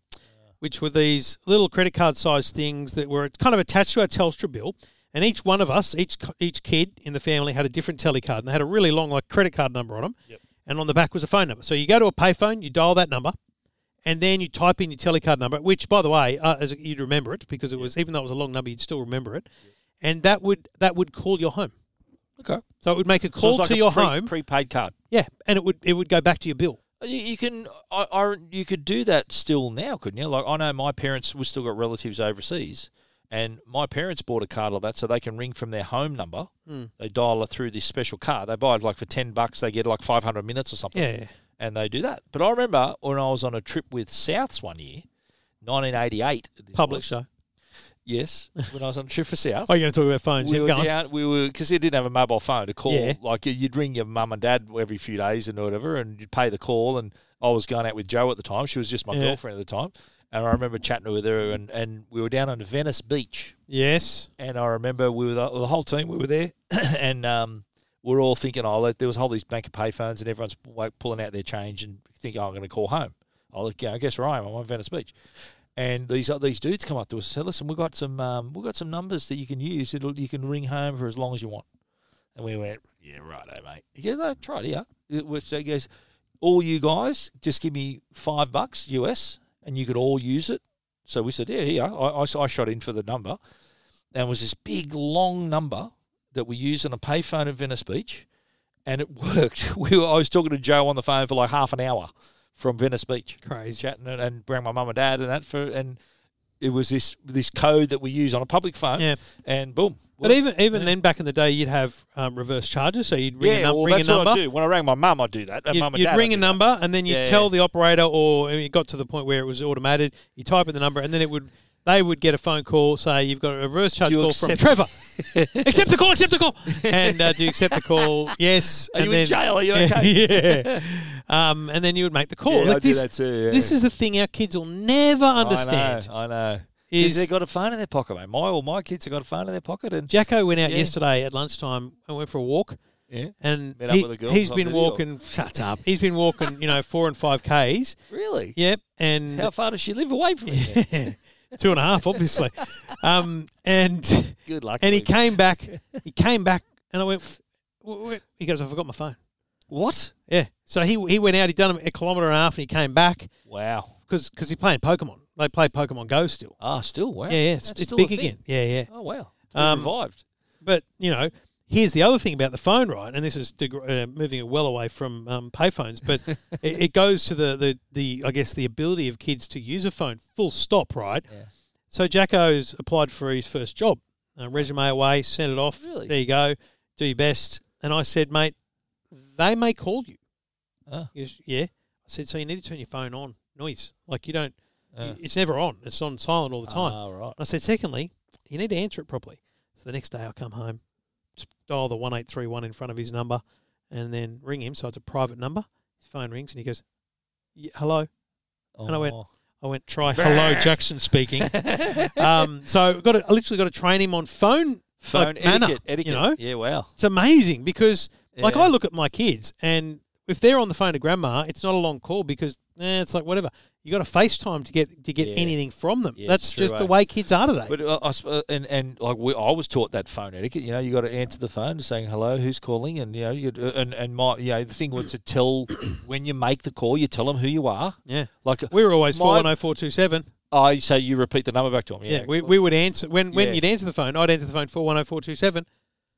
Speaker 1: which were these little credit card sized things that were kind of attached to our Telstra bill. And each one of us, each each kid in the family, had a different telecard, and they had a really long like credit card number on them.
Speaker 2: Yep.
Speaker 1: And on the back was a phone number. So you go to a payphone, you dial that number, and then you type in your telecard number, which, by the way, uh, as you'd remember it because it was even though it was a long number, you'd still remember it, and that would that would call your home.
Speaker 2: Okay.
Speaker 1: So it would make a
Speaker 2: So
Speaker 1: call
Speaker 2: it's like
Speaker 1: to
Speaker 2: a
Speaker 1: your
Speaker 2: pre-
Speaker 1: home.
Speaker 2: prepaid card.
Speaker 1: Yeah, and it would it would go back to your bill.
Speaker 2: You, you can, I, I, you could do that still now, couldn't you? Like I know my parents, we still got relatives overseas, and my parents bought a card like that, so they can ring from their home number.
Speaker 1: Hmm.
Speaker 2: They dial it through this special card. They buy it like for ten bucks. They get like five hundred minutes or something.
Speaker 1: Yeah.
Speaker 2: and they do that. But I remember when I was on a trip with Souths one year, nineteen eighty eight.
Speaker 1: Public show.
Speaker 2: Yes, when I was on a trip for South.
Speaker 1: Oh, you're going to talk about phones.
Speaker 2: We
Speaker 1: Keep
Speaker 2: were
Speaker 1: going.
Speaker 2: down. We were because you didn't have a mobile phone to call.
Speaker 1: Yeah.
Speaker 2: Like you- you'd ring your mum and dad every few days and whatever, and you'd pay the call. And I was going out with Joe at the time. She was just my
Speaker 1: Yeah.
Speaker 2: girlfriend at the time, and I remember chatting with her. And, and we were down on Venice Beach,
Speaker 1: Yes.
Speaker 2: and I remember we were the, the whole team. We were there, and um, we are all thinking, oh, like, there was all these bank of payphones, and everyone's like pulling out their change and thinking, oh, I'm going to call home. Oh, look, yeah, I guess where I am. I'm on Venice Beach. And these these dudes come up to us and say, listen, we've got some um, we've got some numbers that you can use. It'll you can ring home for as long as you want. And we went, yeah, right, mate. He goes, no, try it here. It was- So he goes, all you guys, just give me five bucks US, and you could all use it. So we said, yeah, here. I, I, I shot in for the number and it was this big long number that we used on a payphone at Venice Beach, and it worked. We were, I was talking to Joe on the phone for like half an hour from Venice Beach,
Speaker 1: Crazy.
Speaker 2: chatting and, and bring my mum and dad and that for and it was this this code that we use on a public phone,
Speaker 1: Yeah.
Speaker 2: and boom.
Speaker 1: But
Speaker 2: worked.
Speaker 1: even even
Speaker 2: Yeah.
Speaker 1: then, back in the day, you'd have um, reverse charges. So you'd ring
Speaker 2: yeah,
Speaker 1: a, num-
Speaker 2: well,
Speaker 1: ring a
Speaker 2: that's
Speaker 1: number.
Speaker 2: what I do. When I rang my mum, I do that. And
Speaker 1: You'd,
Speaker 2: mum and
Speaker 1: you'd
Speaker 2: dad, I
Speaker 1: ring
Speaker 2: do
Speaker 1: a
Speaker 2: that.
Speaker 1: number, and then you
Speaker 2: Yeah,
Speaker 1: would tell
Speaker 2: yeah.
Speaker 1: the operator, or I mean, it got to the point where it was automated. You type in the number, and then it would they would get a phone call, say you've got a reverse charge
Speaker 2: you
Speaker 1: call from
Speaker 2: accept-
Speaker 1: Trevor. accept the call. Accept the call. And uh, do you accept the call? Yes.
Speaker 2: Are
Speaker 1: and
Speaker 2: you
Speaker 1: then,
Speaker 2: in jail? Are you okay?
Speaker 1: yeah. Um, and then you would make the call.
Speaker 2: Yeah,
Speaker 1: Like
Speaker 2: I do
Speaker 1: this,
Speaker 2: that too, yeah.
Speaker 1: this is the thing our kids will never understand.
Speaker 2: I know. I know.
Speaker 1: Is-
Speaker 2: Because they've got a phone in their pocket, mate. My all my kids have got a phone in their pocket, and
Speaker 1: Jacko went out
Speaker 2: Yeah.
Speaker 1: yesterday at lunchtime and went for a walk,
Speaker 2: yeah,
Speaker 1: and
Speaker 2: Met up with a
Speaker 1: he,
Speaker 2: girl
Speaker 1: he's
Speaker 2: or
Speaker 1: been
Speaker 2: something, did he, or-
Speaker 1: walking. Shut up. He's been walking, you know, four and five k's.
Speaker 2: really.
Speaker 1: Yep, and
Speaker 2: How far does she live away from it? then?
Speaker 1: two and a half, obviously. um, and
Speaker 2: Good luck.
Speaker 1: and he
Speaker 2: Luke.
Speaker 1: came back. He came back, and I went. "W- w-" He goes, I forgot my phone.
Speaker 2: What?
Speaker 1: Yeah. So he he went out. He done a kilometre and a half, and he came back
Speaker 2: Wow.
Speaker 1: because he's playing Pokemon. They play Pokemon Go still.
Speaker 2: Ah, still wow.
Speaker 1: Yeah, yeah. It's,
Speaker 2: That's
Speaker 1: it's
Speaker 2: still a
Speaker 1: big
Speaker 2: thing.
Speaker 1: again. Yeah, yeah.
Speaker 2: Oh wow. It's
Speaker 1: Um,
Speaker 2: revived.
Speaker 1: But you know, here's the other thing about the phone, right? And this is deg- uh, moving well away from um, payphones, but it, it goes to the, the the I guess the ability of kids to use a phone. Full stop, right?
Speaker 2: Yeah.
Speaker 1: So Jacko's applied for his first job. Uh, resume away, sent it off.
Speaker 2: Really?
Speaker 1: There you go. Do your best. And I said, mate, they may call you.
Speaker 2: Ah.
Speaker 1: He goes, yeah. I said, so you need to turn your phone on noise. Like you don't.
Speaker 2: Ah.
Speaker 1: It's never on. It's on silent all the time.
Speaker 2: Ah, right.
Speaker 1: I said, secondly, you need to answer it properly. So the next day I come home, just dial the 1831 in front of his number and then ring him. So it's a private number. His phone rings and he goes, "Y- hello. And I went-
Speaker 2: Oh.
Speaker 1: I went, try hello, Jackson speaking. um, so I've got to, I literally got to train him on phone,
Speaker 2: phone
Speaker 1: like,
Speaker 2: etiquette.
Speaker 1: manner,
Speaker 2: etiquette.
Speaker 1: You know,
Speaker 2: Yeah. Wow.
Speaker 1: it's amazing because like
Speaker 2: Yeah.
Speaker 1: I look at my kids and if they're on the phone to grandma, it's not a long call because eh, it's like whatever. You got to FaceTime to get to get
Speaker 2: Yeah.
Speaker 1: anything from them.
Speaker 2: Yeah,
Speaker 1: That's
Speaker 2: it's true,
Speaker 1: just the
Speaker 2: eh?
Speaker 1: way kids are today.
Speaker 2: But uh, I, sp- and and like we, I was taught that phone etiquette. You know, you got to answer the phone, saying hello, who's calling, and you know, you and and my you know the thing was to tell when you make the call, you tell them who you are.
Speaker 1: yeah.
Speaker 2: Like
Speaker 1: We were always
Speaker 2: My-
Speaker 1: four one oh four two seven.
Speaker 2: I say, you repeat the number back to them. Yeah,
Speaker 1: Yeah, we, we would answer when when
Speaker 2: Yeah.
Speaker 1: you'd answer the phone. I'd answer the phone four one oh four two seven.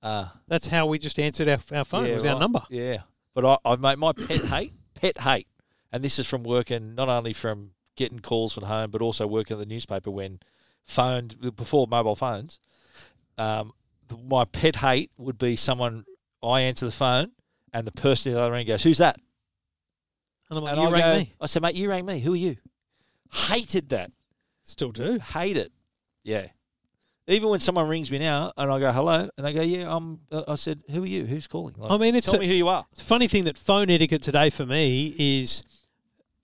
Speaker 2: uh,
Speaker 1: That's how we just answered our, our phone.
Speaker 2: yeah,
Speaker 1: it was
Speaker 2: right.
Speaker 1: our number.
Speaker 2: Yeah, but I, I've made my pet hate pet hate, and this is from working not only from getting calls from home, but also working at the newspaper when phoned before mobile phones. Um, the, my pet hate would be someone I answer the phone, and the person at the other end goes, "Who's that?"
Speaker 1: And I'm like,
Speaker 2: And
Speaker 1: you
Speaker 2: I
Speaker 1: rang
Speaker 2: go,
Speaker 1: me.
Speaker 2: I said, "Mate, you rang me. Who are you?" Hated that.
Speaker 1: Still do.
Speaker 2: Hate it. Yeah. Even when someone rings me now and I go hello, and they go, "Yeah, I'm," uh, I said, "Who are you? Who's calling?" Like,
Speaker 1: I mean, it's
Speaker 2: tell
Speaker 1: a-
Speaker 2: me who you are.
Speaker 1: It's a funny thing that phone etiquette today for me is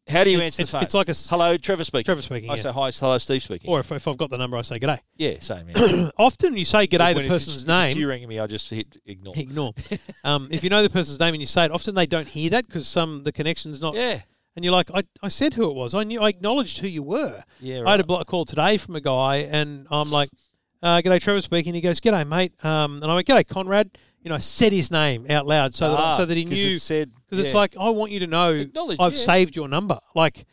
Speaker 2: How do you
Speaker 1: it-
Speaker 2: answer
Speaker 1: it's,
Speaker 2: the phone?
Speaker 1: it's like a s-
Speaker 2: Hello, Trevor speaking.
Speaker 1: Trevor speaking.
Speaker 2: I
Speaker 1: yeah.
Speaker 2: say hi. Hello, Steve speaking.
Speaker 1: Or if, if I've got the number, I say g'day.
Speaker 2: yeah, same. Yeah.
Speaker 1: Often you say g'day
Speaker 2: When
Speaker 1: the
Speaker 2: if
Speaker 1: person's
Speaker 2: it's, If
Speaker 1: name.
Speaker 2: it's you ringing me, I just hit ignore.
Speaker 1: ignore. um, if you know the person's name and you say it, often they don't hear that because some the connection's not.
Speaker 2: Yeah,
Speaker 1: And you're like, I, I said who it was. I knew. I acknowledged who you were.
Speaker 2: yeah.
Speaker 1: I had
Speaker 2: Right.
Speaker 1: a block call today from a guy, and I'm like, uh, "G'day, Trevor speaking." He goes, "G'day, mate," um, and I went, "G'day, Conrad." You know, I said his name out loud so that
Speaker 2: Ah,
Speaker 1: so that he
Speaker 2: 'cause
Speaker 1: knew
Speaker 2: it said
Speaker 1: because it's
Speaker 2: yeah.
Speaker 1: like I want you to know
Speaker 2: Acknowledge,
Speaker 1: I've
Speaker 2: yeah.
Speaker 1: saved your number. Like,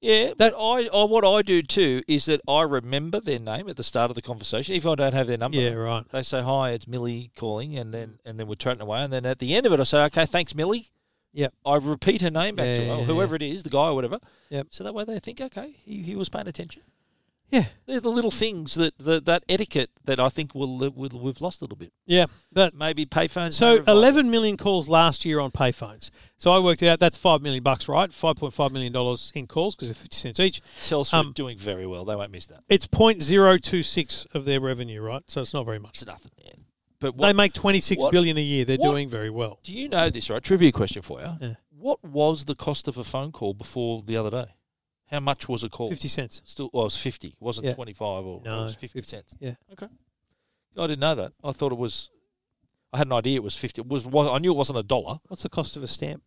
Speaker 2: yeah. That I, I what I do too is that I remember their name at the start of the conversation. If I don't have their number,
Speaker 1: yeah, right.
Speaker 2: They say hi, it's Millie calling, and then and then we're chatting away, and then at the end of it, I say, okay, thanks, Millie.
Speaker 1: Yep.
Speaker 2: I repeat her name back
Speaker 1: Yeah,
Speaker 2: to her,
Speaker 1: yeah,
Speaker 2: or whoever it is, the guy or whatever.
Speaker 1: Yep.
Speaker 2: So that way they think, okay, he, he was paying attention.
Speaker 1: Yeah,
Speaker 2: They're the little things that that, that etiquette that I think we'll, we'll we've lost a little bit.
Speaker 1: yeah. But
Speaker 2: Maybe payphones. are
Speaker 1: so
Speaker 2: revived.
Speaker 1: 11 million calls last year on payphones. So I worked it out. That's five million bucks, right? Five point five million dollars in calls because they're 50 cents each.
Speaker 2: Telstra
Speaker 1: um,
Speaker 2: doing very well. They won't miss that.
Speaker 1: It's 0.026 of their revenue, right? So it's not very much.
Speaker 2: It's nothing. Yeah. But
Speaker 1: they
Speaker 2: what,
Speaker 1: make 26 billion
Speaker 2: what-
Speaker 1: a year. They're
Speaker 2: what-
Speaker 1: doing very well.
Speaker 2: do you know this right? Trivia question for you.
Speaker 1: Yeah.
Speaker 2: What was the cost of a phone call before the other day? How much was a call?
Speaker 1: 50 cents.
Speaker 2: Still, well, it was fifty. It wasn't
Speaker 1: Yeah.
Speaker 2: twenty-five or
Speaker 1: No,
Speaker 2: it was fifty
Speaker 1: 50,
Speaker 2: cents.
Speaker 1: yeah.
Speaker 2: Okay. I didn't know that. I thought it was. I had an idea it was fifty. It was, was I knew it wasn't a dollar.
Speaker 1: What's the cost of a stamp?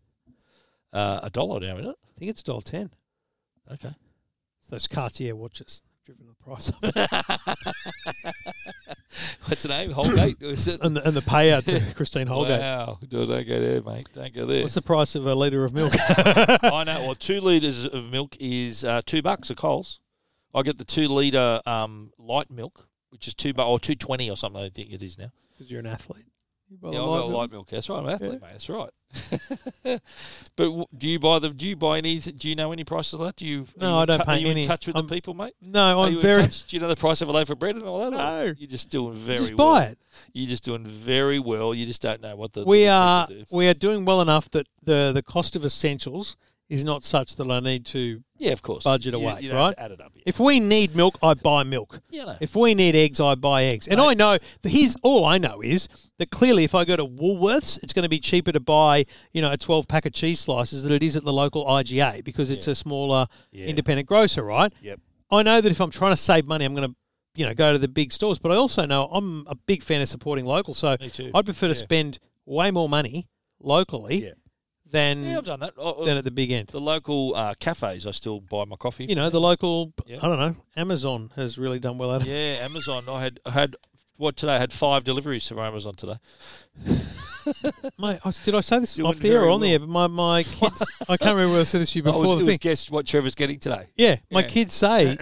Speaker 2: Uh, a dollar now, isn't it?
Speaker 1: I think it's $1.10.
Speaker 2: Okay.
Speaker 1: It's those Cartier watches. Driven the price up.
Speaker 2: What's the name? Holgate? Is it?
Speaker 1: and, the, and the payout to Christine Holgate.
Speaker 2: Wow. Don't go there, mate. Don't go there.
Speaker 1: What's the price of a litre of milk?
Speaker 2: I know. Well, two liters of milk is uh, two bucks at Coles. I get the two liter um, light milk, which is two bu- or two twenty or something. I think it is now.
Speaker 1: Because you're an athlete. You buy
Speaker 2: yeah,
Speaker 1: the
Speaker 2: I
Speaker 1: light
Speaker 2: got
Speaker 1: milk.
Speaker 2: light milk. That's right. I'm an athlete,
Speaker 1: Yeah.
Speaker 2: mate. That's right. but w- do you buy the? Do you buy any? Do you know any prices of that? Do you?
Speaker 1: No,
Speaker 2: are you
Speaker 1: I
Speaker 2: in
Speaker 1: don't
Speaker 2: tou-
Speaker 1: pay
Speaker 2: Are you
Speaker 1: any.
Speaker 2: in touch with
Speaker 1: I'm-
Speaker 2: the people, mate?
Speaker 1: No,
Speaker 2: Are
Speaker 1: I'm
Speaker 2: you
Speaker 1: very.
Speaker 2: In touch? Do you know the price of a loaf of bread and all that? or-
Speaker 1: No.
Speaker 2: you're just doing very.
Speaker 1: Just
Speaker 2: well.
Speaker 1: buy it.
Speaker 2: You're just doing very well. You just don't know what the.
Speaker 1: We
Speaker 2: the people
Speaker 1: are
Speaker 2: do.
Speaker 1: we are doing well enough that the the cost of essentials is not such that I need to.
Speaker 2: yeah, of course.
Speaker 1: budget
Speaker 2: You-
Speaker 1: away,
Speaker 2: you don't have
Speaker 1: right?
Speaker 2: to Add it up. Yeah.
Speaker 1: If we need milk, I buy milk.
Speaker 2: You know.
Speaker 1: If we need eggs, I buy eggs. And I know the, here's all I know is that clearly, if I go to Woolworths, it's going to be cheaper to buy you know a twelve pack of cheese slices than it is at the local IGA because it's a smaller
Speaker 2: Yeah.
Speaker 1: independent grocer, right?
Speaker 2: Yep.
Speaker 1: I know that if I'm trying to save money, I'm going to you know go to the big stores, but I also know I'm a big fan of supporting local, so
Speaker 2: Me too.
Speaker 1: I'd prefer to
Speaker 2: Yeah.
Speaker 1: spend way more money locally
Speaker 2: Yeah.
Speaker 1: than
Speaker 2: Yeah, I've done that. I- I-
Speaker 1: than at the big end.
Speaker 2: Oh, the local uh, cafes, I still buy my coffee.
Speaker 1: You know, the local
Speaker 2: Yeah.
Speaker 1: I don't know Amazon has really done well out of.
Speaker 2: yeah, Amazon. I had I had what today? I had five deliveries from Amazon today.
Speaker 1: Mate, I, did I say this
Speaker 2: Doing
Speaker 1: off the air or
Speaker 2: very
Speaker 1: on the
Speaker 2: well.
Speaker 1: air? But my, my kids, I can't remember whether I said this to you
Speaker 2: I
Speaker 1: before
Speaker 2: was,
Speaker 1: the
Speaker 2: it was
Speaker 1: thing.
Speaker 2: guess what Trevor's getting today.
Speaker 1: yeah, my
Speaker 2: yeah.
Speaker 1: kids say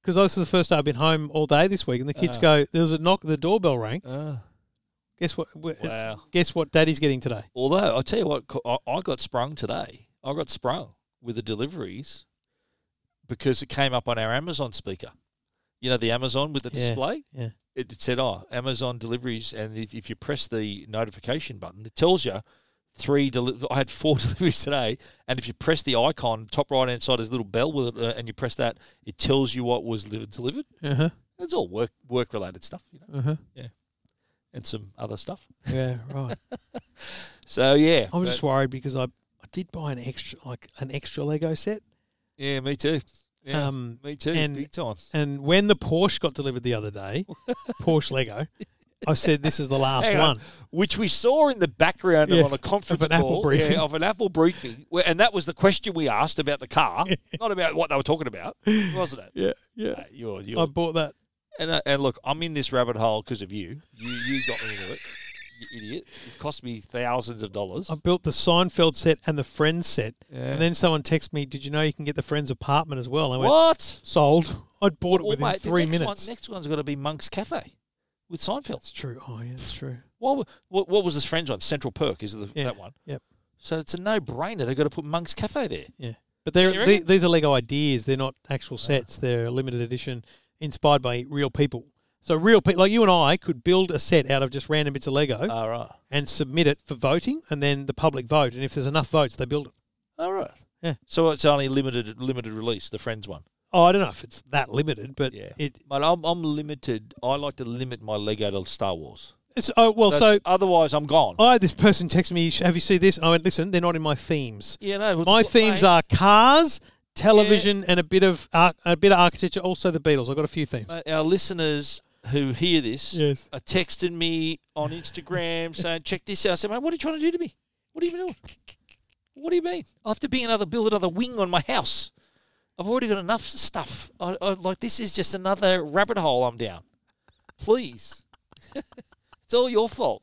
Speaker 1: because this is the first day I've been home all day this week, and the kids
Speaker 2: Ah.
Speaker 1: go, "There was a knock, the doorbell rang.
Speaker 2: Uh,
Speaker 1: Guess what? wh-
Speaker 2: wow.
Speaker 1: Guess what? Daddy's getting today."
Speaker 2: Although I tell you what, co- I, I got sprung today. I got sprung with the deliveries because it came up on our Amazon speaker. You know the Amazon with the
Speaker 1: Yeah,
Speaker 2: display.
Speaker 1: yeah.
Speaker 2: It, it said, "Oh, Amazon deliveries," and if, if you press the notification button, it tells you three. Deli- I had four deliveries today, and if you press the icon top right hand side, there's a little bell with it, uh, and you press that, it tells you what was li- delivered.
Speaker 1: Uh huh.
Speaker 2: It's all work work related stuff, you know,
Speaker 1: Uh huh.
Speaker 2: and some other stuff.
Speaker 1: Yeah. Right.
Speaker 2: So yeah,
Speaker 1: I was
Speaker 2: but-
Speaker 1: just worried because I I did buy an extra like an extra Lego set,
Speaker 2: yeah, me too. Yeah,
Speaker 1: Um,
Speaker 2: me too.
Speaker 1: and-
Speaker 2: big time.
Speaker 1: and when the Porsche got delivered the other day, Porsche Lego, I said this is the last
Speaker 2: Hang on.
Speaker 1: one.
Speaker 2: which we saw in the background of
Speaker 1: Yes,
Speaker 2: on a conference
Speaker 1: of an Apple
Speaker 2: call,
Speaker 1: briefing.
Speaker 2: yeah, of an Apple briefing, where, and that was the question we asked about the car, not about what they were talking about, wasn't it?
Speaker 1: Yeah, Um, yeah.
Speaker 2: Uh, you're, you're,
Speaker 1: I bought that.
Speaker 2: and, uh, and look, I'm in this rabbit hole because of you. You you got me into it, you idiot. It cost me thousands of dollars.
Speaker 1: I built the Seinfeld set and the Friends set.
Speaker 2: Yeah.
Speaker 1: And then someone texted me, "Did you know you can get the Friends apartment as well?" And I went,
Speaker 2: what?
Speaker 1: "Sold." I'd bought it
Speaker 2: Well,
Speaker 1: within
Speaker 2: mate, the
Speaker 1: three
Speaker 2: next
Speaker 1: minutes.
Speaker 2: One, next one's got to be Monk's Cafe with Seinfeld.
Speaker 1: It's true. Oh yeah, it's true.
Speaker 2: What, wa- what, what was his friend's one? Central Perk is the,
Speaker 1: Yeah.
Speaker 2: that one.
Speaker 1: Yep.
Speaker 2: So it's a no-brainer. They've got to put Monk's Cafe there.
Speaker 1: Yeah, but they're
Speaker 2: You
Speaker 1: the-
Speaker 2: reckon?
Speaker 1: these are Lego ideas. They're not actual sets. They're limited edition, inspired by real people. So real people, like you and I, could build a set out of just random bits of Lego
Speaker 2: All right.
Speaker 1: and submit it for voting, and then the public vote. And if there's enough votes, they build it.
Speaker 2: All Ah, right.
Speaker 1: Yeah.
Speaker 2: So it's only limited limited release, the Friends one.
Speaker 1: Oh, I don't know if it's that limited, but
Speaker 2: Yeah.
Speaker 1: it.
Speaker 2: But I'm, I'm limited. I like to limit my Lego to Star Wars.
Speaker 1: It's, oh well,
Speaker 2: That-
Speaker 1: so
Speaker 2: otherwise, I'm gone.
Speaker 1: I had this person text me, "Have you seen this?" I went, "Listen, they're not in my themes.
Speaker 2: yeah, no.
Speaker 1: My themes are cars, television, and a bit of ar- a bit of architecture. Also, the Beatles. I've got a few themes.
Speaker 2: Mate, our listeners who hear this
Speaker 1: Yes.
Speaker 2: are texting uh, me on Instagram saying, check this out. I said, mate, what are you trying to do to me? What are you doing? What do you mean? I have to be another build another wing on my house. I've already got enough stuff. I, I, like this is just another rabbit hole I'm down. Please, it's all your fault.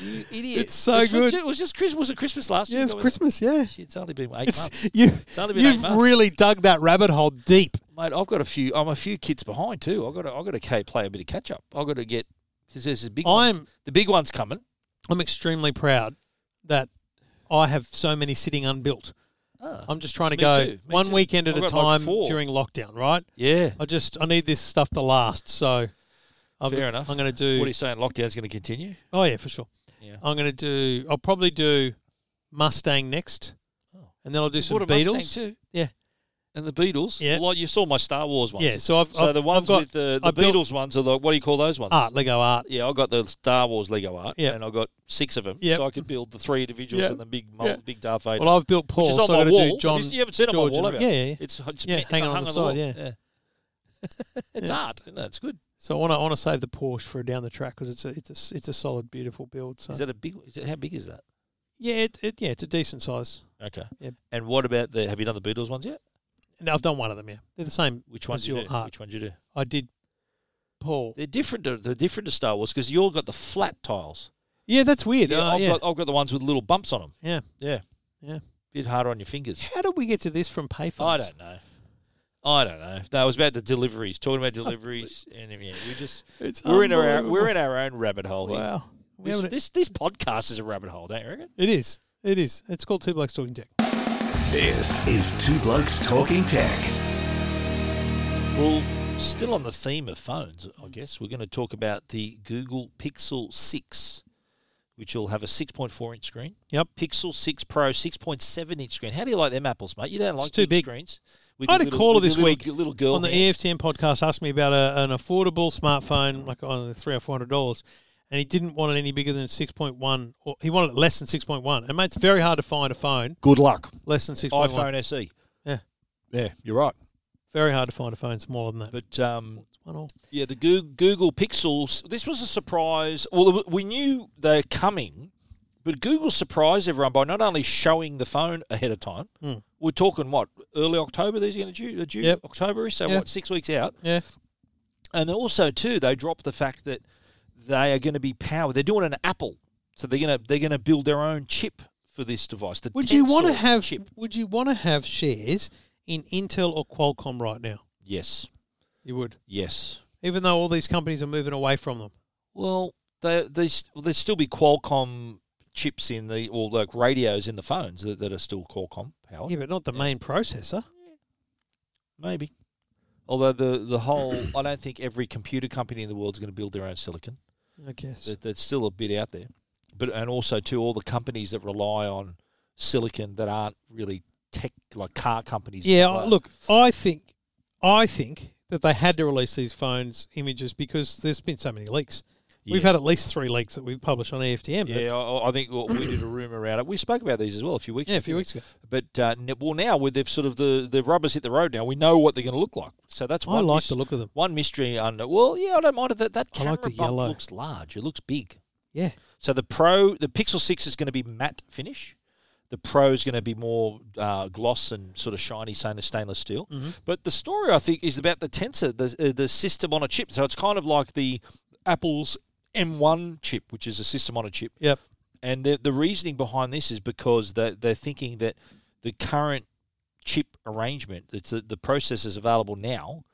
Speaker 2: You idiot!
Speaker 1: It's so
Speaker 2: It was
Speaker 1: good.
Speaker 2: ju- It was just Chris. Was it Christmas last
Speaker 1: Yeah,
Speaker 2: year?
Speaker 1: it's
Speaker 2: Got me-
Speaker 1: Christmas. Yeah,
Speaker 2: Shit, It's only been eight
Speaker 1: it's
Speaker 2: months,
Speaker 1: you.
Speaker 2: only been eight
Speaker 1: You've
Speaker 2: months.
Speaker 1: really dug that rabbit hole deep.
Speaker 2: mate. I've got a few. I'm a few kids behind too. I've got. To, I've got to ca- play a bit of catch up. I've got to get because there's a big. one.
Speaker 1: I'm
Speaker 2: The big one's coming.
Speaker 1: I'm extremely proud that I have so many sitting unbuilt.
Speaker 2: Ah.
Speaker 1: I'm just trying to
Speaker 2: Me
Speaker 1: go
Speaker 2: too, me
Speaker 1: one
Speaker 2: too.
Speaker 1: weekend at
Speaker 2: I've
Speaker 1: a
Speaker 2: got like
Speaker 1: time
Speaker 2: four.
Speaker 1: during lockdown. Right?
Speaker 2: Yeah.
Speaker 1: I just I need this stuff to last. So. I'm,
Speaker 2: Fair enough.
Speaker 1: I'm going to do.
Speaker 2: What are you saying? Lockdown's going to continue?
Speaker 1: Oh yeah, for sure.
Speaker 2: Yeah.
Speaker 1: I'm going to do. I'll probably do Mustang next,
Speaker 2: Oh.
Speaker 1: and then I'll do some
Speaker 2: What a
Speaker 1: Beatles.
Speaker 2: Mustang too.
Speaker 1: Yeah.
Speaker 2: And the Beatles.
Speaker 1: Yeah.
Speaker 2: Like you saw my Star Wars ones.
Speaker 1: Yeah, so I've,
Speaker 2: So
Speaker 1: I've,
Speaker 2: the ones
Speaker 1: I've got
Speaker 2: with the,
Speaker 1: I
Speaker 2: the
Speaker 1: built-
Speaker 2: Beatles ones are the what do you call those ones?
Speaker 1: art, Lego art.
Speaker 2: Yeah, I got the Star Wars Lego art.
Speaker 1: Yeah.
Speaker 2: And I got six of them.
Speaker 1: Yeah.
Speaker 2: So I could build the three individuals
Speaker 1: Yeah.
Speaker 2: and the big mul-
Speaker 1: Yeah.
Speaker 2: big Darth Vader.
Speaker 1: Well, I've built Paul,
Speaker 2: which is on
Speaker 1: so I'm
Speaker 2: my
Speaker 1: going to
Speaker 2: wall.
Speaker 1: do John.
Speaker 2: Have you- you haven't seen it on my
Speaker 1: George
Speaker 2: wall,
Speaker 1: and-
Speaker 2: have you?
Speaker 1: yeah, yeah, yeah.
Speaker 2: It's, it's,
Speaker 1: Yeah,
Speaker 2: it's
Speaker 1: hanging
Speaker 2: hung
Speaker 1: on
Speaker 2: on
Speaker 1: the
Speaker 2: the,
Speaker 1: side,
Speaker 2: wall.
Speaker 1: yeah.
Speaker 2: it's
Speaker 1: Yeah.
Speaker 2: art, isn't it? It's good.
Speaker 1: So I want to want to save the Porsche for down the track because it's a it's a s- it's a solid, beautiful build. So
Speaker 2: Is that a big? Is it, how big is that?
Speaker 1: yeah, it, it, yeah, it's a decent size.
Speaker 2: Okay.
Speaker 1: Yeah.
Speaker 2: And what about the? Have you done the Beatles ones yet?
Speaker 1: No, I've done one of them. Yeah, they're the same.
Speaker 2: Which ones
Speaker 1: as
Speaker 2: you
Speaker 1: your
Speaker 2: do?
Speaker 1: art.
Speaker 2: Which ones you do?
Speaker 1: I did Paul.
Speaker 2: They're different. To, they're different to Star Wars because you all got the flat tiles.
Speaker 1: Yeah, that's weird. uh,
Speaker 2: I've
Speaker 1: yeah.
Speaker 2: got I've got the ones with little bumps on them.
Speaker 1: yeah,
Speaker 2: Yeah,
Speaker 1: yeah.
Speaker 2: bit harder on your fingers.
Speaker 1: How did we get to this from payphones?
Speaker 2: I don't know. I don't know. No, it was about the deliveries. Talking about deliveries, and yeah, we just
Speaker 1: It's
Speaker 2: we're in our
Speaker 1: unbelievable.
Speaker 2: we're in our own rabbit hole. here.
Speaker 1: Wow. We
Speaker 2: This,
Speaker 1: haven't-
Speaker 2: this this podcast is a rabbit hole, don't you reckon?
Speaker 1: it is. It is. It's called Two Blokes Talking Tech.
Speaker 3: This is Two Blokes Talking Tech.
Speaker 2: Well, still on the theme of phones, I guess we're going to talk about the Google Pixel Six, which will have a six point four inch screen.
Speaker 1: Yep.
Speaker 2: Pixel 6 Pro, 6.7 inch screen. How do you like them apples, mate? You don't like
Speaker 1: too
Speaker 2: big,
Speaker 1: big.
Speaker 2: screens. With
Speaker 1: I had
Speaker 2: your
Speaker 1: a caller
Speaker 2: with your
Speaker 1: this
Speaker 2: little-
Speaker 1: week
Speaker 2: your little girl
Speaker 1: on the E
Speaker 2: hands.
Speaker 1: EFTM podcast asked me about a, an affordable smartphone, like on three or four hundred dollars, and he didn't want it any bigger than six point one, or he wanted it less than six point one. And mate, it's very hard to find a phone
Speaker 2: Good luck.
Speaker 1: less than six point
Speaker 2: iPhone E.
Speaker 1: one.
Speaker 2: SE.
Speaker 1: Yeah.
Speaker 2: Yeah, you're right.
Speaker 1: Very hard to find a phone smaller than that.
Speaker 2: But um,
Speaker 1: One all.
Speaker 2: yeah, the Google, Google Pixels. This was a surprise. Well, w- we knew they're coming, but Google surprised everyone by not only showing the phone ahead of time.
Speaker 1: Hmm.
Speaker 2: We're talking what early October. These are going to due, due
Speaker 1: Yep.
Speaker 2: October, so
Speaker 1: Yeah.
Speaker 2: what six weeks out.
Speaker 1: Yeah,
Speaker 2: And also too, they dropped the fact that they are going to be powered. They're doing an Apple, so they're going to they're going to build their own chip for this device. The
Speaker 1: would you want to
Speaker 2: Tensor
Speaker 1: have?
Speaker 2: chip?
Speaker 1: Would you want to have shares in Intel or Qualcomm right now?
Speaker 2: Yes,
Speaker 1: You would,
Speaker 2: yes.
Speaker 1: even though all these companies are moving away from them.
Speaker 2: Well, they they well, there'd still be Qualcomm chips in the or like radios in the phones that, that are still Qualcomm powered.
Speaker 1: Yeah, but not the main processor.
Speaker 2: Maybe. Although the the whole, I don't think every computer company in the world's going to build their own silicon.
Speaker 1: I guess.
Speaker 2: that, that's still a bit out there. But and also to all the companies that rely on silicon that aren't really tech like car companies.
Speaker 1: Yeah,
Speaker 2: Like,
Speaker 1: look, I think, I think that they had to release these phones images because there's been so many leaks. We've
Speaker 2: Yeah.
Speaker 1: had at least three leaks that we've published on E EFTM. but-
Speaker 2: Yeah, I, I think what we did a rumor around it. We spoke about these as well a few weeks.
Speaker 1: yeah, a
Speaker 2: ago,
Speaker 1: few weeks
Speaker 2: didn't
Speaker 1: ago.
Speaker 2: we? But uh, n- well, now with they've sort of the the rubbers hit the road. Now we know what they're going to look like. So that's
Speaker 1: I
Speaker 2: one.
Speaker 1: like
Speaker 2: mys-
Speaker 1: the look of them.
Speaker 2: one mystery under. Well, yeah, I don't mind it. That that
Speaker 1: I
Speaker 2: camera
Speaker 1: like the
Speaker 2: bump
Speaker 1: yellow.
Speaker 2: looks large. It looks big.
Speaker 1: Yeah.
Speaker 2: So the Pro, the Pixel Six is going to be matte finish. The Pro is going to be more uh, gloss and sort of shiny stainless stainless steel. But the story I think is about the Tensor, the uh, the system on a chip. So it's kind of like the Apple's M1 chip, which is a system on a chip.
Speaker 1: Yep.
Speaker 2: And the, the reasoning behind this is because they're, they're thinking that the current chip arrangement, it's the, the processors available now,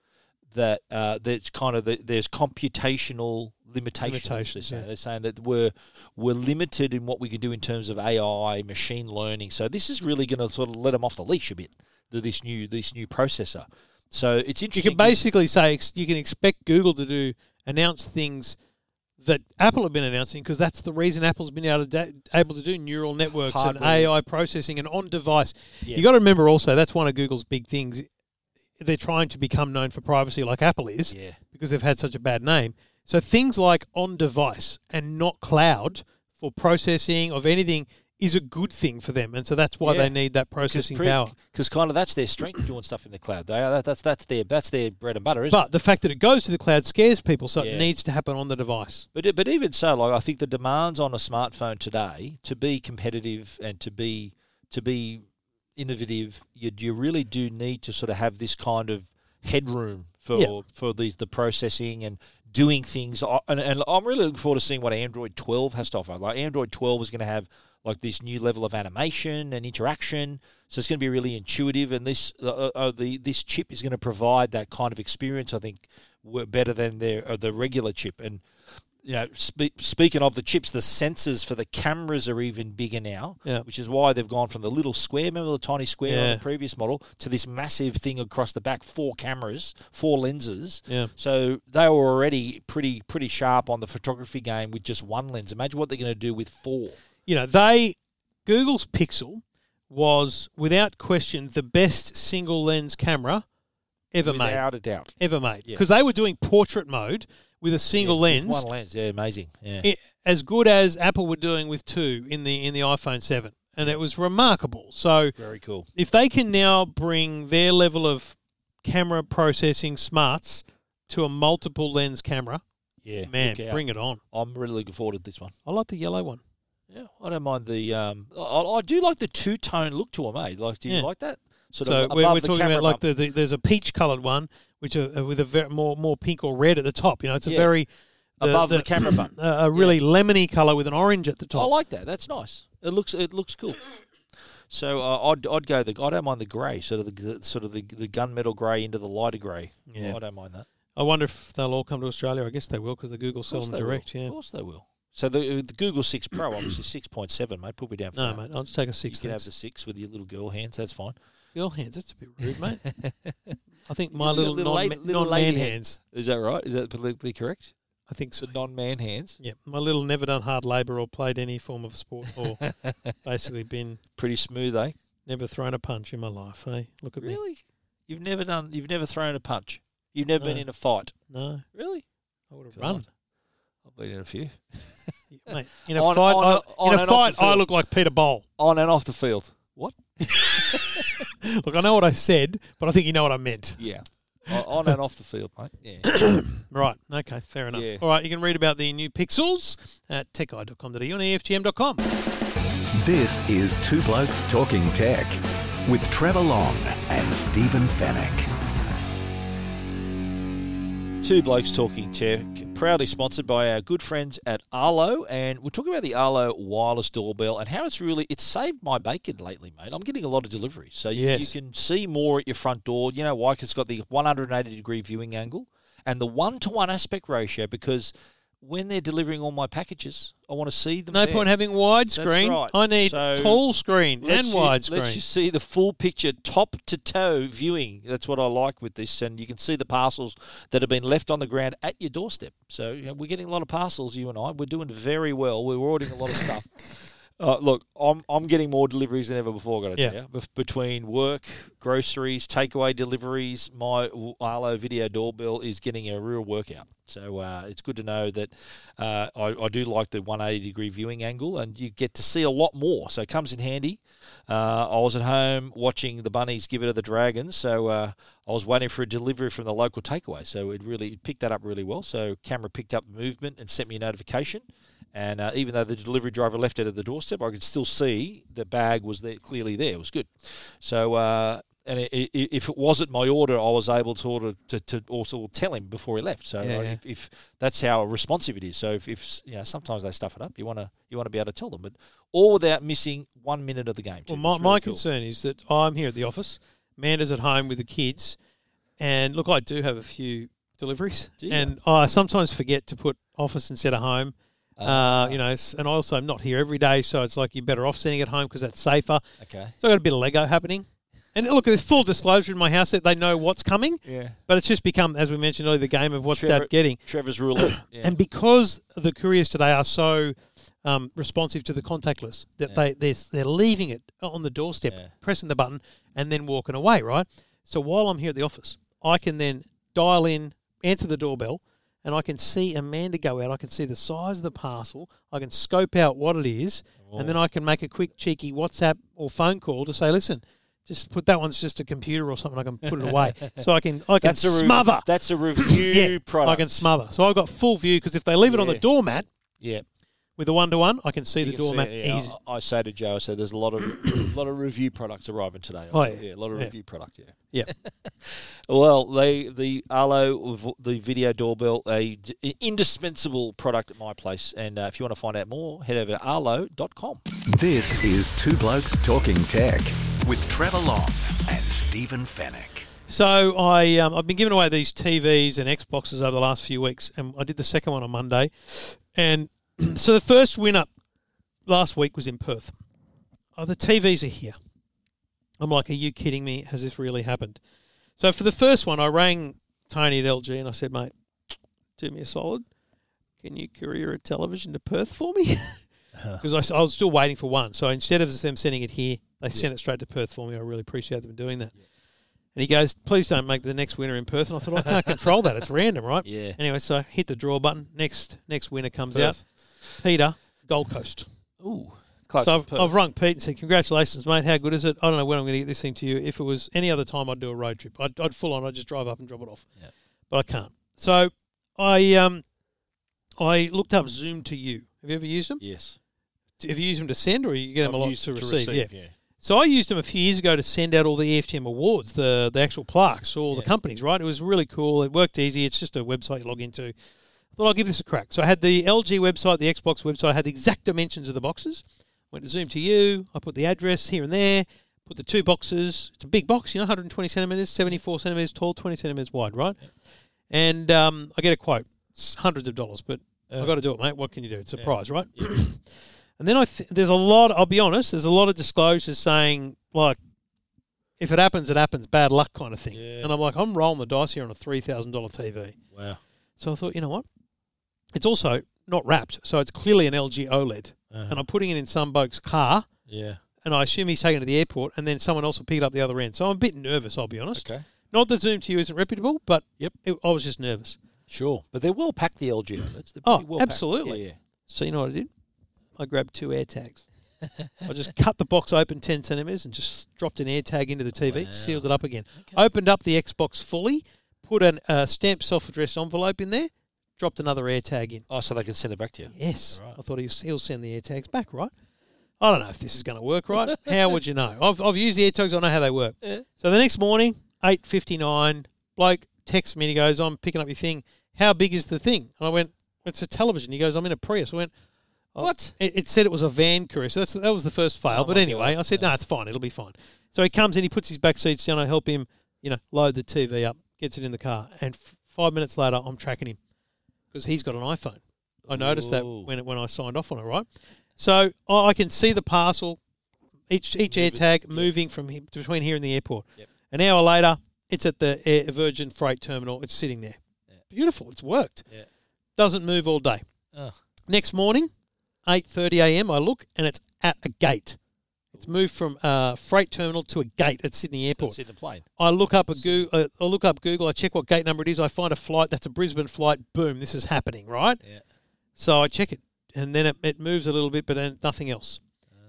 Speaker 2: that uh, that's kind of the, there's computational limitations. they're,
Speaker 1: Limitations,
Speaker 2: saying.
Speaker 1: yeah.
Speaker 2: they're saying that we're we're limited in what we can do in terms of AI, machine learning. So this is really going to sort of let them off the leash a bit. The, this new this new processor. So it's
Speaker 1: You
Speaker 2: interesting.
Speaker 1: can basically say ex- you can expect Google to do announce things that Apple have been announcing because that's the reason Apple's been able to da- able to do neural networks and
Speaker 2: Hardware.
Speaker 1: AI processing and on device.
Speaker 2: Yeah.
Speaker 1: You got to remember also that's one of Google's big things. They're trying to become known for privacy like Apple is
Speaker 2: yeah.
Speaker 1: because they've had such a bad name. So things like on device and not cloud for processing of anything is a good thing for them, and so that's why
Speaker 2: Yeah.
Speaker 1: they need that processing power.
Speaker 2: Because kind of that's their strength doing stuff in the cloud. They are, that, that's that's their that's their bread and butter, isn't it?
Speaker 1: But the fact that it goes to the cloud scares people, so
Speaker 2: Yeah.
Speaker 1: it needs to happen on the device.
Speaker 2: But but even so, like I think the demands on a smartphone today to be competitive and to be to be innovative, you you really do need to sort of have this kind of headroom for
Speaker 1: Yeah.
Speaker 2: for these the processing and doing things. I- And, and I'm really looking forward to seeing what Android 12 has to offer. Like Android 12 is going to have like this new level of animation and interaction, so it's going to be really intuitive. And this uh, uh, uh, the this chip is going to provide that kind of experience. I think w- better than their uh, the regular chip and you know, spe- speaking of the chips, the sensors for the cameras are even bigger now,
Speaker 1: Yeah.
Speaker 2: which is why they've gone from the little square, remember the tiny square
Speaker 1: Yeah.
Speaker 2: on the previous model, to this massive thing across the back, four cameras, four lenses.
Speaker 1: Yeah.
Speaker 2: So they were already pretty pretty sharp on the photography game with just one lens. Imagine what they're going to do with four.
Speaker 1: You know, they Google's Pixel was without question the best single lens camera ever made,
Speaker 2: without a doubt.
Speaker 1: ever made, because
Speaker 2: Yes.
Speaker 1: they were doing portrait mode with a single
Speaker 2: Yeah, with
Speaker 1: lens,
Speaker 2: One lens. Yeah, amazing. Yeah.
Speaker 1: i- as good as Apple were doing with two in the in the iPhone seven, and it was remarkable. So
Speaker 2: Very cool.
Speaker 1: if they can now bring their level of camera processing smarts to a multiple lens camera,
Speaker 2: Yeah.
Speaker 1: man,
Speaker 2: look out.
Speaker 1: bring it on.
Speaker 2: I'm really looking forward to this one.
Speaker 1: I like the yellow one.
Speaker 2: Yeah, I don't mind the. Um, I, I do like the two tone look to them. Eh? Like, do you
Speaker 1: Yeah.
Speaker 2: like that? Sort
Speaker 1: So
Speaker 2: of
Speaker 1: we're,
Speaker 2: above
Speaker 1: we're
Speaker 2: the
Speaker 1: talking
Speaker 2: camera
Speaker 1: about like
Speaker 2: bump.
Speaker 1: the, the there's a peach coloured one, which are, are with a very more more pink or red at the top. You know, it's a
Speaker 2: Yeah.
Speaker 1: very the-
Speaker 2: above the, camera bump.
Speaker 1: a a really lemony colour with an orange at the
Speaker 2: I
Speaker 1: top.
Speaker 2: like that. That's nice. It looks it looks cool. So uh, I'd I'd go the I don't mind the grey sort of the sort of the the gunmetal grey into the lighter grey.
Speaker 1: Yeah.
Speaker 2: I don't mind that.
Speaker 1: I wonder if they'll all come to Australia. I guess they will because the Google sell them
Speaker 2: they
Speaker 1: direct.
Speaker 2: will.
Speaker 1: Yeah.
Speaker 2: Of course they will. So the the Google Six Pro obviously six point seven mate. Put me down for
Speaker 1: No,
Speaker 2: that.
Speaker 1: mate. I'll just take a
Speaker 2: You
Speaker 1: six.
Speaker 2: can have
Speaker 1: thanks.
Speaker 2: the six with your little girl hands. That's fine.
Speaker 1: Girl hands. That's a bit rude, mate. I think my
Speaker 2: Your
Speaker 1: little,
Speaker 2: little
Speaker 1: non,
Speaker 2: lady- little
Speaker 1: non-man
Speaker 2: lady hand.
Speaker 1: hands.
Speaker 2: Is that right? Is that politically correct?
Speaker 1: I think so.
Speaker 2: The non-man hands.
Speaker 1: Yeah, my little never done hard labour or played any form of sport or basically been
Speaker 2: Pretty smooth, eh?
Speaker 1: never thrown a punch in my life. Hey, look at me.
Speaker 2: Really? You've never done. You've never thrown a punch. You've never been
Speaker 1: No.
Speaker 2: in a fight.
Speaker 1: No,
Speaker 2: Really?
Speaker 1: I would have
Speaker 2: God.
Speaker 1: run.
Speaker 2: I've been in a few.
Speaker 1: Mate, in a
Speaker 2: On-
Speaker 1: fight,
Speaker 2: on-
Speaker 1: I,
Speaker 2: on
Speaker 1: in a
Speaker 2: and off the
Speaker 1: fight, I
Speaker 2: field.
Speaker 1: look like Peter Bowl.
Speaker 2: On and off the field. What?
Speaker 1: Look, I know what I said, but I think you know what I meant.
Speaker 2: Yeah. On- on and off the field, mate. Yeah.
Speaker 1: Right. Okay. Fair enough.
Speaker 2: Yeah.
Speaker 1: All right. You can read about the new pixels at techeye.com.au and E EFTM.com.
Speaker 3: This is Two Blokes Talking Tech with Trevor Long and Stephen Fennec.
Speaker 2: Two blokes talking tech, proudly sponsored by our good friends at Arlo, and we're talking about the Arlo wireless doorbell and how it's really it's saved my bacon lately, mate. I'm getting a lot of deliveries, so you,
Speaker 1: Yes.
Speaker 2: you can see more at your front door. You know why? 'Cause it's got the 180 degree viewing angle and the one to one aspect ratio. Because when they're delivering all my packages, I want to see them.
Speaker 1: No
Speaker 2: there.
Speaker 1: point having widescreen.
Speaker 2: right.
Speaker 1: I need
Speaker 2: So,
Speaker 1: tall screen and
Speaker 2: Lets you-
Speaker 1: widescreen.
Speaker 2: Lets you see the full picture, top to toe viewing. That's what I like with this, and you can see the parcels that have been left on the ground at your doorstep. So you know, we're getting a lot of parcels, you and I. We're doing very well. We're ordering a lot of stuff. Uh, look, I'm I'm getting more deliveries than ever before. Got to
Speaker 1: Yeah.
Speaker 2: tell you, Bef- between work, groceries, takeaway deliveries, my Arlo video doorbell is getting a real workout. So uh, it's good to know that uh, I, I do like the 180 degree viewing angle, and you get to see a lot more. So it comes in handy. Uh, I was at home watching the bunnies give it to the dragons, so uh, I was waiting for a delivery from the local takeaway. So it really it picked that up really well. So camera picked up the movement and sent me a notification. And uh, even though the delivery driver left it at the doorstep, I could still see the bag was there, clearly there. It was good. So, uh, and i i if it wasn't my order, I was able to order to, to also tell him before he left. So,
Speaker 1: Yeah,
Speaker 2: uh,
Speaker 1: yeah.
Speaker 2: If, if that's how responsive it is. So, if, if you know, sometimes they stuff it up. You want to you want to be able to tell them, but all without missing one minute of the game. too.
Speaker 1: Well, my,
Speaker 2: It's really
Speaker 1: my
Speaker 2: cool.
Speaker 1: concern is that I'm here at the office, Amanda's at home with the kids, and look, I do have a few deliveries,
Speaker 2: Do you?
Speaker 1: and I sometimes forget to put office instead of home.
Speaker 2: Ah.
Speaker 1: Uh, you know, s- and I also am not here every day, so it's like you're better off sitting at home because that's safer.
Speaker 2: Okay.
Speaker 1: So I got a bit of Lego happening, and look, there's full disclosure in my house that they know what's coming,
Speaker 2: Yeah.
Speaker 1: but it's just become, as we mentioned earlier, the game of what's
Speaker 2: Trevor-
Speaker 1: Dad getting.
Speaker 2: Trevor's ruling. Yeah.
Speaker 1: And because the couriers today are so um, responsive to the contactless, that
Speaker 2: Yeah.
Speaker 1: they they're, they're leaving it on the doorstep,
Speaker 2: Yeah.
Speaker 1: pressing the button, and then walking away. Right. So while I'm here at the office, I can then dial in, answer the doorbell, and I can see Amanda go out. I can see the size of the parcel. I can scope out what it is, and then I can make a quick cheeky WhatsApp or phone call to say, listen. Just put that one's just a computer or something. I can put it away, so I can I can
Speaker 2: a re-
Speaker 1: smother.
Speaker 2: that's a review
Speaker 1: Yeah,
Speaker 2: product.
Speaker 1: I can smother. So I've got full view because if they leave it on the
Speaker 2: Yeah.
Speaker 1: doormat
Speaker 2: Yeah.
Speaker 1: with the one to one, I can see
Speaker 2: You
Speaker 1: the
Speaker 2: can see
Speaker 1: doormat
Speaker 2: it, yeah.
Speaker 1: easy.
Speaker 2: I, I say to Joe, I say there's a lot of lot of review products arriving today. I
Speaker 1: Oh,
Speaker 2: think.
Speaker 1: yeah.
Speaker 2: a lot of
Speaker 1: Yeah.
Speaker 2: review product. Yeah.
Speaker 1: Yeah.
Speaker 2: Well, they the Arlo v- the video doorbell a d- indispensable product at my place, and uh, if you want to find out more, head over to arlo.com.
Speaker 3: This is Two Blokes Talking Tech with Trevor Long and Stephen Fennec.
Speaker 1: So I um, I've been giving away these TVs and Xboxes over the last few weeks, and I did the second one on Monday, and so the first winner last week was in Perth. Oh, the TVs are here. I'm like, are you kidding me? Has this really happened? So for the first one, I rang Tony at LG and I said, mate, do me a solid. Can you courier a television to Perth for me? Because I s I I, was still waiting for one. So instead of them sending it here, they sent it straight to Perth for me. I really appreciate them doing that. And he goes, please don't make the next winner in Perth. And I thought, I can't control that. It's random, right?
Speaker 2: Yeah.
Speaker 1: Anyway, so hit the draw button. Next next winner comes
Speaker 2: Perth.
Speaker 1: out. Peter, Gold Coast.
Speaker 2: Ooh, close.
Speaker 1: So
Speaker 2: to
Speaker 1: I've,
Speaker 2: Perth.
Speaker 1: I've rung Pete and said, "Congratulations, mate. How good is it? I don't know when I'm going to get this thing to you. If it was any other time, I'd do a road trip. I'd, I'd full on. I'd just drive up and drop it off.
Speaker 2: Yeah.
Speaker 1: But I can't. So I um I looked up Zoom to you. Have you ever used them?
Speaker 2: yes.
Speaker 1: Have you used them to send, or you get them a
Speaker 2: I've
Speaker 1: lot
Speaker 2: used
Speaker 1: to,
Speaker 2: it
Speaker 1: receive? So I used them a few years ago to send out all the E EFTM awards, the the actual plaques, all the
Speaker 2: Yeah.
Speaker 1: companies. Right? It was really cool. It worked easy. It's just a website you log into. I thought I'll give this a crack. So I had the LG website, the Xbox website. I had the exact dimensions of the boxes. Went to Zoom to you. I put the address here and there. Put the two boxes. It's a big box, you know, 120 centimeters, 74 centimeters tall, 20 centimeters wide, right? And um, I get a quote. It's hundreds of dollars, but
Speaker 2: Yeah.
Speaker 1: I've got to do it, mate. What can you do? It's a
Speaker 2: Uh, Yeah.
Speaker 1: prize, right? and then I th- there's a lot. I'll be honest. There's a lot of disclosures saying like, if it happens, it happens. Bad luck, kind of thing.
Speaker 2: Yeah.
Speaker 1: And I'm like, I'm rolling the dice here on a three thousand dollar TV.
Speaker 2: Wow. Uh-huh.
Speaker 1: So I thought, you know what? It's also not wrapped, so it's clearly an LG OLED,
Speaker 2: Uh-huh.
Speaker 1: E and I'm putting it in some bloke's car.
Speaker 2: Yeah.
Speaker 1: And I assume he's taken it to the airport, and then someone else will pick it up the other end. So I'm a bit nervous, I'll be honest.
Speaker 2: Okay.
Speaker 1: Not that Zoom to you isn't reputable, but
Speaker 2: Yep.
Speaker 1: it, I was just nervous.
Speaker 2: Sure. But they're well packed. The LG. outlets. They're
Speaker 1: Oh,
Speaker 2: pretty well packed.
Speaker 1: absolutely.
Speaker 2: Yeah, yeah.
Speaker 1: So you know what I did? I grabbed two air tags. I just cut the box open 10 centimetres and just dropped an air tag into the TV, sealed it up again. Opened up the Xbox fully, put a uh, stamped self addressed envelope in there, dropped another air tag in.
Speaker 2: Oh, so they can send it back to you.
Speaker 1: Yes.
Speaker 2: Right.
Speaker 1: I thought he'll, he'll send the air tags back, right? I don't know if this is going to work, right? how would you know? I've, I've used the air tags. I know how they work. So the next morning, 8.59, bloke texts me and he goes, I'm picking up your thing. How big is the thing? And I went, it's a television. He goes, I'm in a Prius. I went, oh,
Speaker 2: What?
Speaker 1: It, it said it was a van courier. So that's, that was the first
Speaker 2: Oh
Speaker 1: fail. but anyway, I said, no, it's fine. It'll be fine. So he comes in, he puts his back seats down. I help him, you know, load the TV up, gets it in the car. And f- five minutes later, I'm tracking him because he's got an iPhone. I noticed that
Speaker 2: Ooh.
Speaker 1: when it, when I signed off on it, right? So I I can see the parcel, each each air tag moving from he, between here and the airport.
Speaker 2: Yep.
Speaker 1: An hour later, it's at the air, Virgin Freight Terminal. It's sitting there. Beautiful. It's worked.
Speaker 2: Yeah.
Speaker 1: Doesn't move all day.
Speaker 2: Oh.
Speaker 1: Next morning, 8.30 a.m., I look, and it's at a gate. It's moved from a freight terminal to a gate at Sydney Airport.
Speaker 2: It's in the plane.
Speaker 1: I look up a Google, uh, I look up Google. I check what gate number it is. I find a flight that's a Brisbane flight. Boom, this is happening, right?
Speaker 2: Yeah.
Speaker 1: So I check it, and then it, it moves a little bit, but then nothing else.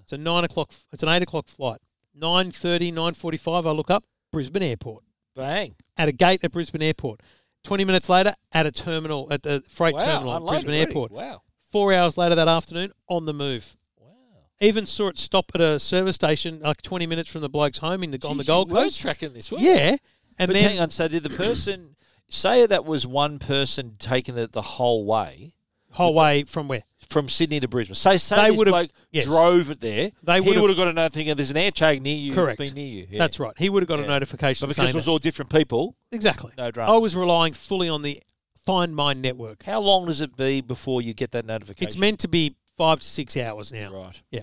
Speaker 1: It's a nine o'clock. It's an eight o'clock flight. 9.30, 9.45, I look up Brisbane Airport
Speaker 2: Bang.
Speaker 1: at a gate at Brisbane Airport. Twenty minutes later, at a terminal at the freight
Speaker 2: wow.
Speaker 1: terminal at
Speaker 2: unloaded
Speaker 1: Brisbane
Speaker 2: already.
Speaker 1: Airport.
Speaker 2: Wow.
Speaker 1: Four hours later that afternoon, on the move.
Speaker 2: Wow.
Speaker 1: Even saw it stop at a service station like twenty minutes from the bloke's home in the, on the
Speaker 2: Jeez,
Speaker 1: Gold
Speaker 2: you were
Speaker 1: Coast.
Speaker 2: tracking this one.
Speaker 1: Yeah, and
Speaker 2: but
Speaker 1: then
Speaker 2: hang on. So did the person say that was one person taking it the whole way
Speaker 1: whole way from where?
Speaker 2: from Sydney to Brisbane? Say, say
Speaker 1: They
Speaker 2: this
Speaker 1: would've-
Speaker 2: bloke
Speaker 1: yes.
Speaker 2: drove it there.
Speaker 1: They
Speaker 2: They
Speaker 1: would've-
Speaker 2: would have got another thing. There's an air tag near you.
Speaker 1: Correct.
Speaker 2: Been near you. Yeah.
Speaker 1: That's right. He would have got a
Speaker 2: Yeah.
Speaker 1: notification
Speaker 2: But because
Speaker 1: saying
Speaker 2: it was
Speaker 1: that.
Speaker 2: all different people,
Speaker 1: exactly.
Speaker 2: no drama.
Speaker 1: I was relying fully on the Find My network.
Speaker 2: How long does it be before you get that notification?
Speaker 1: It's meant to be five to six hours now.
Speaker 2: Right.
Speaker 1: Yeah.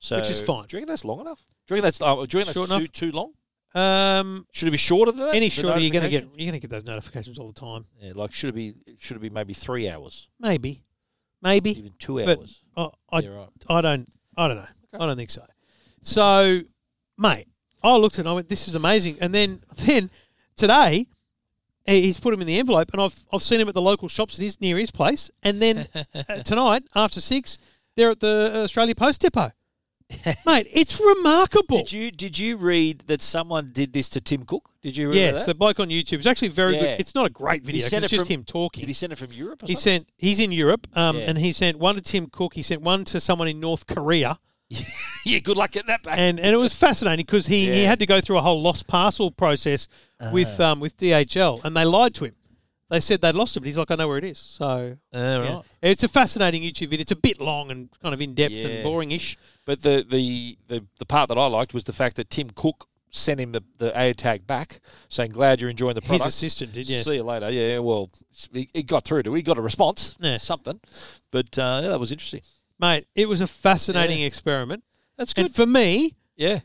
Speaker 2: So
Speaker 1: Which is fine.
Speaker 2: Do you reckon that's long enough? Do you reckon that's uh, do you reckon
Speaker 1: Short
Speaker 2: that's too,
Speaker 1: enough?
Speaker 2: too long?
Speaker 1: Um,
Speaker 2: Should it be shorter than that?
Speaker 1: any
Speaker 2: the
Speaker 1: shorter, you're gonna get
Speaker 2: notification?
Speaker 1: you're gonna get those notifications all the time.
Speaker 2: Yeah, like should it be should it be maybe three hours,
Speaker 1: Maybe, maybe.
Speaker 2: even two
Speaker 1: But
Speaker 2: hours?
Speaker 1: I, I,
Speaker 2: yeah, right.
Speaker 1: I don't I don't know. I don't think so. So, mate, I looked at it and I went, "This is amazing." And then then today. he- He's put him in the envelope, and I've I've seen him at the local shops that is near his place. And then uh, tonight after six, they're at the Australia Post Depot. Mate, it's remarkable.
Speaker 2: Did you did you read that someone did this to Tim Cook? Did you read
Speaker 1: yes,
Speaker 2: that?
Speaker 1: the bloke on YouTube is actually very
Speaker 2: Yeah.
Speaker 1: good. It's not a great video; 'cause
Speaker 2: sent
Speaker 1: it's
Speaker 2: it
Speaker 1: just
Speaker 2: from-
Speaker 1: him talking.
Speaker 2: Did he send it from Europe? Or
Speaker 1: He
Speaker 2: something?
Speaker 1: sent. He's in Europe, um,
Speaker 2: Yeah.
Speaker 1: and he sent one to Tim Cook. He sent one to someone in North Korea,
Speaker 2: yeah, good luck getting that back.
Speaker 1: and and it was fascinating because he, he
Speaker 2: Yeah. Uh.
Speaker 1: had to go through a whole lost parcel process with um, with DHL, and they lied to him. They said they'd lost it, but he's like, I know where it is. So
Speaker 2: Uh,
Speaker 1: yeah. it's a fascinating YouTube video. It's a bit long and kind of in depth
Speaker 2: Yeah.
Speaker 1: and boringish.
Speaker 2: But the, the, the, the part that I liked was the fact that Tim Cook sent him the, the air tag back, saying, "Glad you're enjoying the
Speaker 1: His
Speaker 2: product."
Speaker 1: assistant did yes.
Speaker 2: See you later. Yeah, well, he, he got through to. He got a response,
Speaker 1: Yeah.
Speaker 2: something. But uh, yeah, that was interesting.
Speaker 1: mate. It was a fascinating
Speaker 2: Yeah.
Speaker 1: experiment,
Speaker 2: That's
Speaker 1: and for me,
Speaker 2: yeah,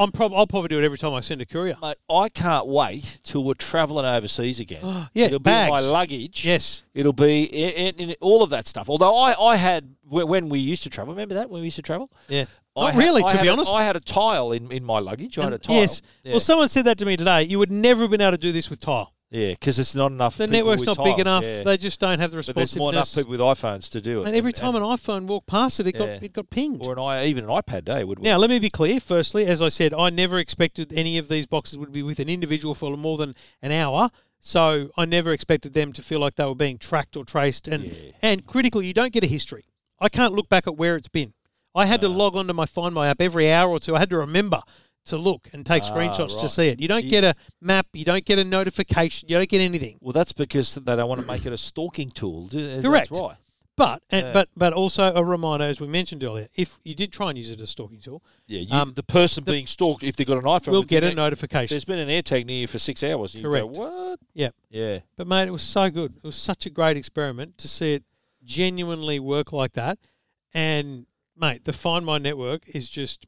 Speaker 1: I'm prob- I'll probably do it every time I send a courier.
Speaker 2: mate. I can't wait till we're travelling overseas again.
Speaker 1: Yeah,
Speaker 2: it'll
Speaker 1: bags.
Speaker 2: be in my luggage.
Speaker 1: Yes.
Speaker 2: It'll be in, in, in all of that stuff. Although I, I had when, when we used to travel. Remember that when we used to travel?
Speaker 1: Yeah.
Speaker 2: I
Speaker 1: Not
Speaker 2: had-
Speaker 1: really,
Speaker 2: I
Speaker 1: to
Speaker 2: had
Speaker 1: be
Speaker 2: a-
Speaker 1: honest.
Speaker 2: I had a tile in, in my luggage. I had a
Speaker 1: And-
Speaker 2: tile.
Speaker 1: Yes.
Speaker 2: Yeah.
Speaker 1: Well, someone said that to me today. You would never have been able to do this with tile.
Speaker 2: Yeah, because it's not enough.
Speaker 1: The
Speaker 2: people
Speaker 1: network's
Speaker 2: with
Speaker 1: not
Speaker 2: tiles,
Speaker 1: big enough.
Speaker 2: yeah.
Speaker 1: They just don't have the
Speaker 2: but there's
Speaker 1: responsiveness.
Speaker 2: more enough people with iPhones to do it.
Speaker 1: and every time an iPhone walked past it, it
Speaker 2: Yeah.
Speaker 1: got it got pinged.
Speaker 2: or an i even an iPad day would.
Speaker 1: now, let me be clear. Firstly, as I said, I never expected any of these boxes would be with an individual for more than an hour. So I never expected them to feel like they were being tracked or traced. And
Speaker 2: Yeah.
Speaker 1: and critically, you don't get a history. I can't look back at where it's been. I had to log onto my Find My app every hour or two. I had to remember to look and take
Speaker 2: Ah,
Speaker 1: screenshots to
Speaker 2: right.
Speaker 1: see it. You don't
Speaker 2: So you-
Speaker 1: get a map. You don't get a notification. You don't get anything.
Speaker 2: Well, that's because they don't want to make it a stalking tool. do they?
Speaker 1: Correct.
Speaker 2: That's right.
Speaker 1: But and,
Speaker 2: Yeah.
Speaker 1: but but also a reminder, as we mentioned earlier, if you did try and use it as a stalking tool,
Speaker 2: Yeah, you,
Speaker 1: Um,
Speaker 2: the person being stalked, if they've got an iPhone,
Speaker 1: we'll
Speaker 2: would think
Speaker 1: get a
Speaker 2: that
Speaker 1: notification.
Speaker 2: There's been an air tag near you for six hours. You
Speaker 1: Correct.
Speaker 2: Go, what?
Speaker 1: Yep.
Speaker 2: Yeah.
Speaker 1: But mate, it was so good. It was such a great experiment to see it genuinely work like that. And mate, the Find My network is just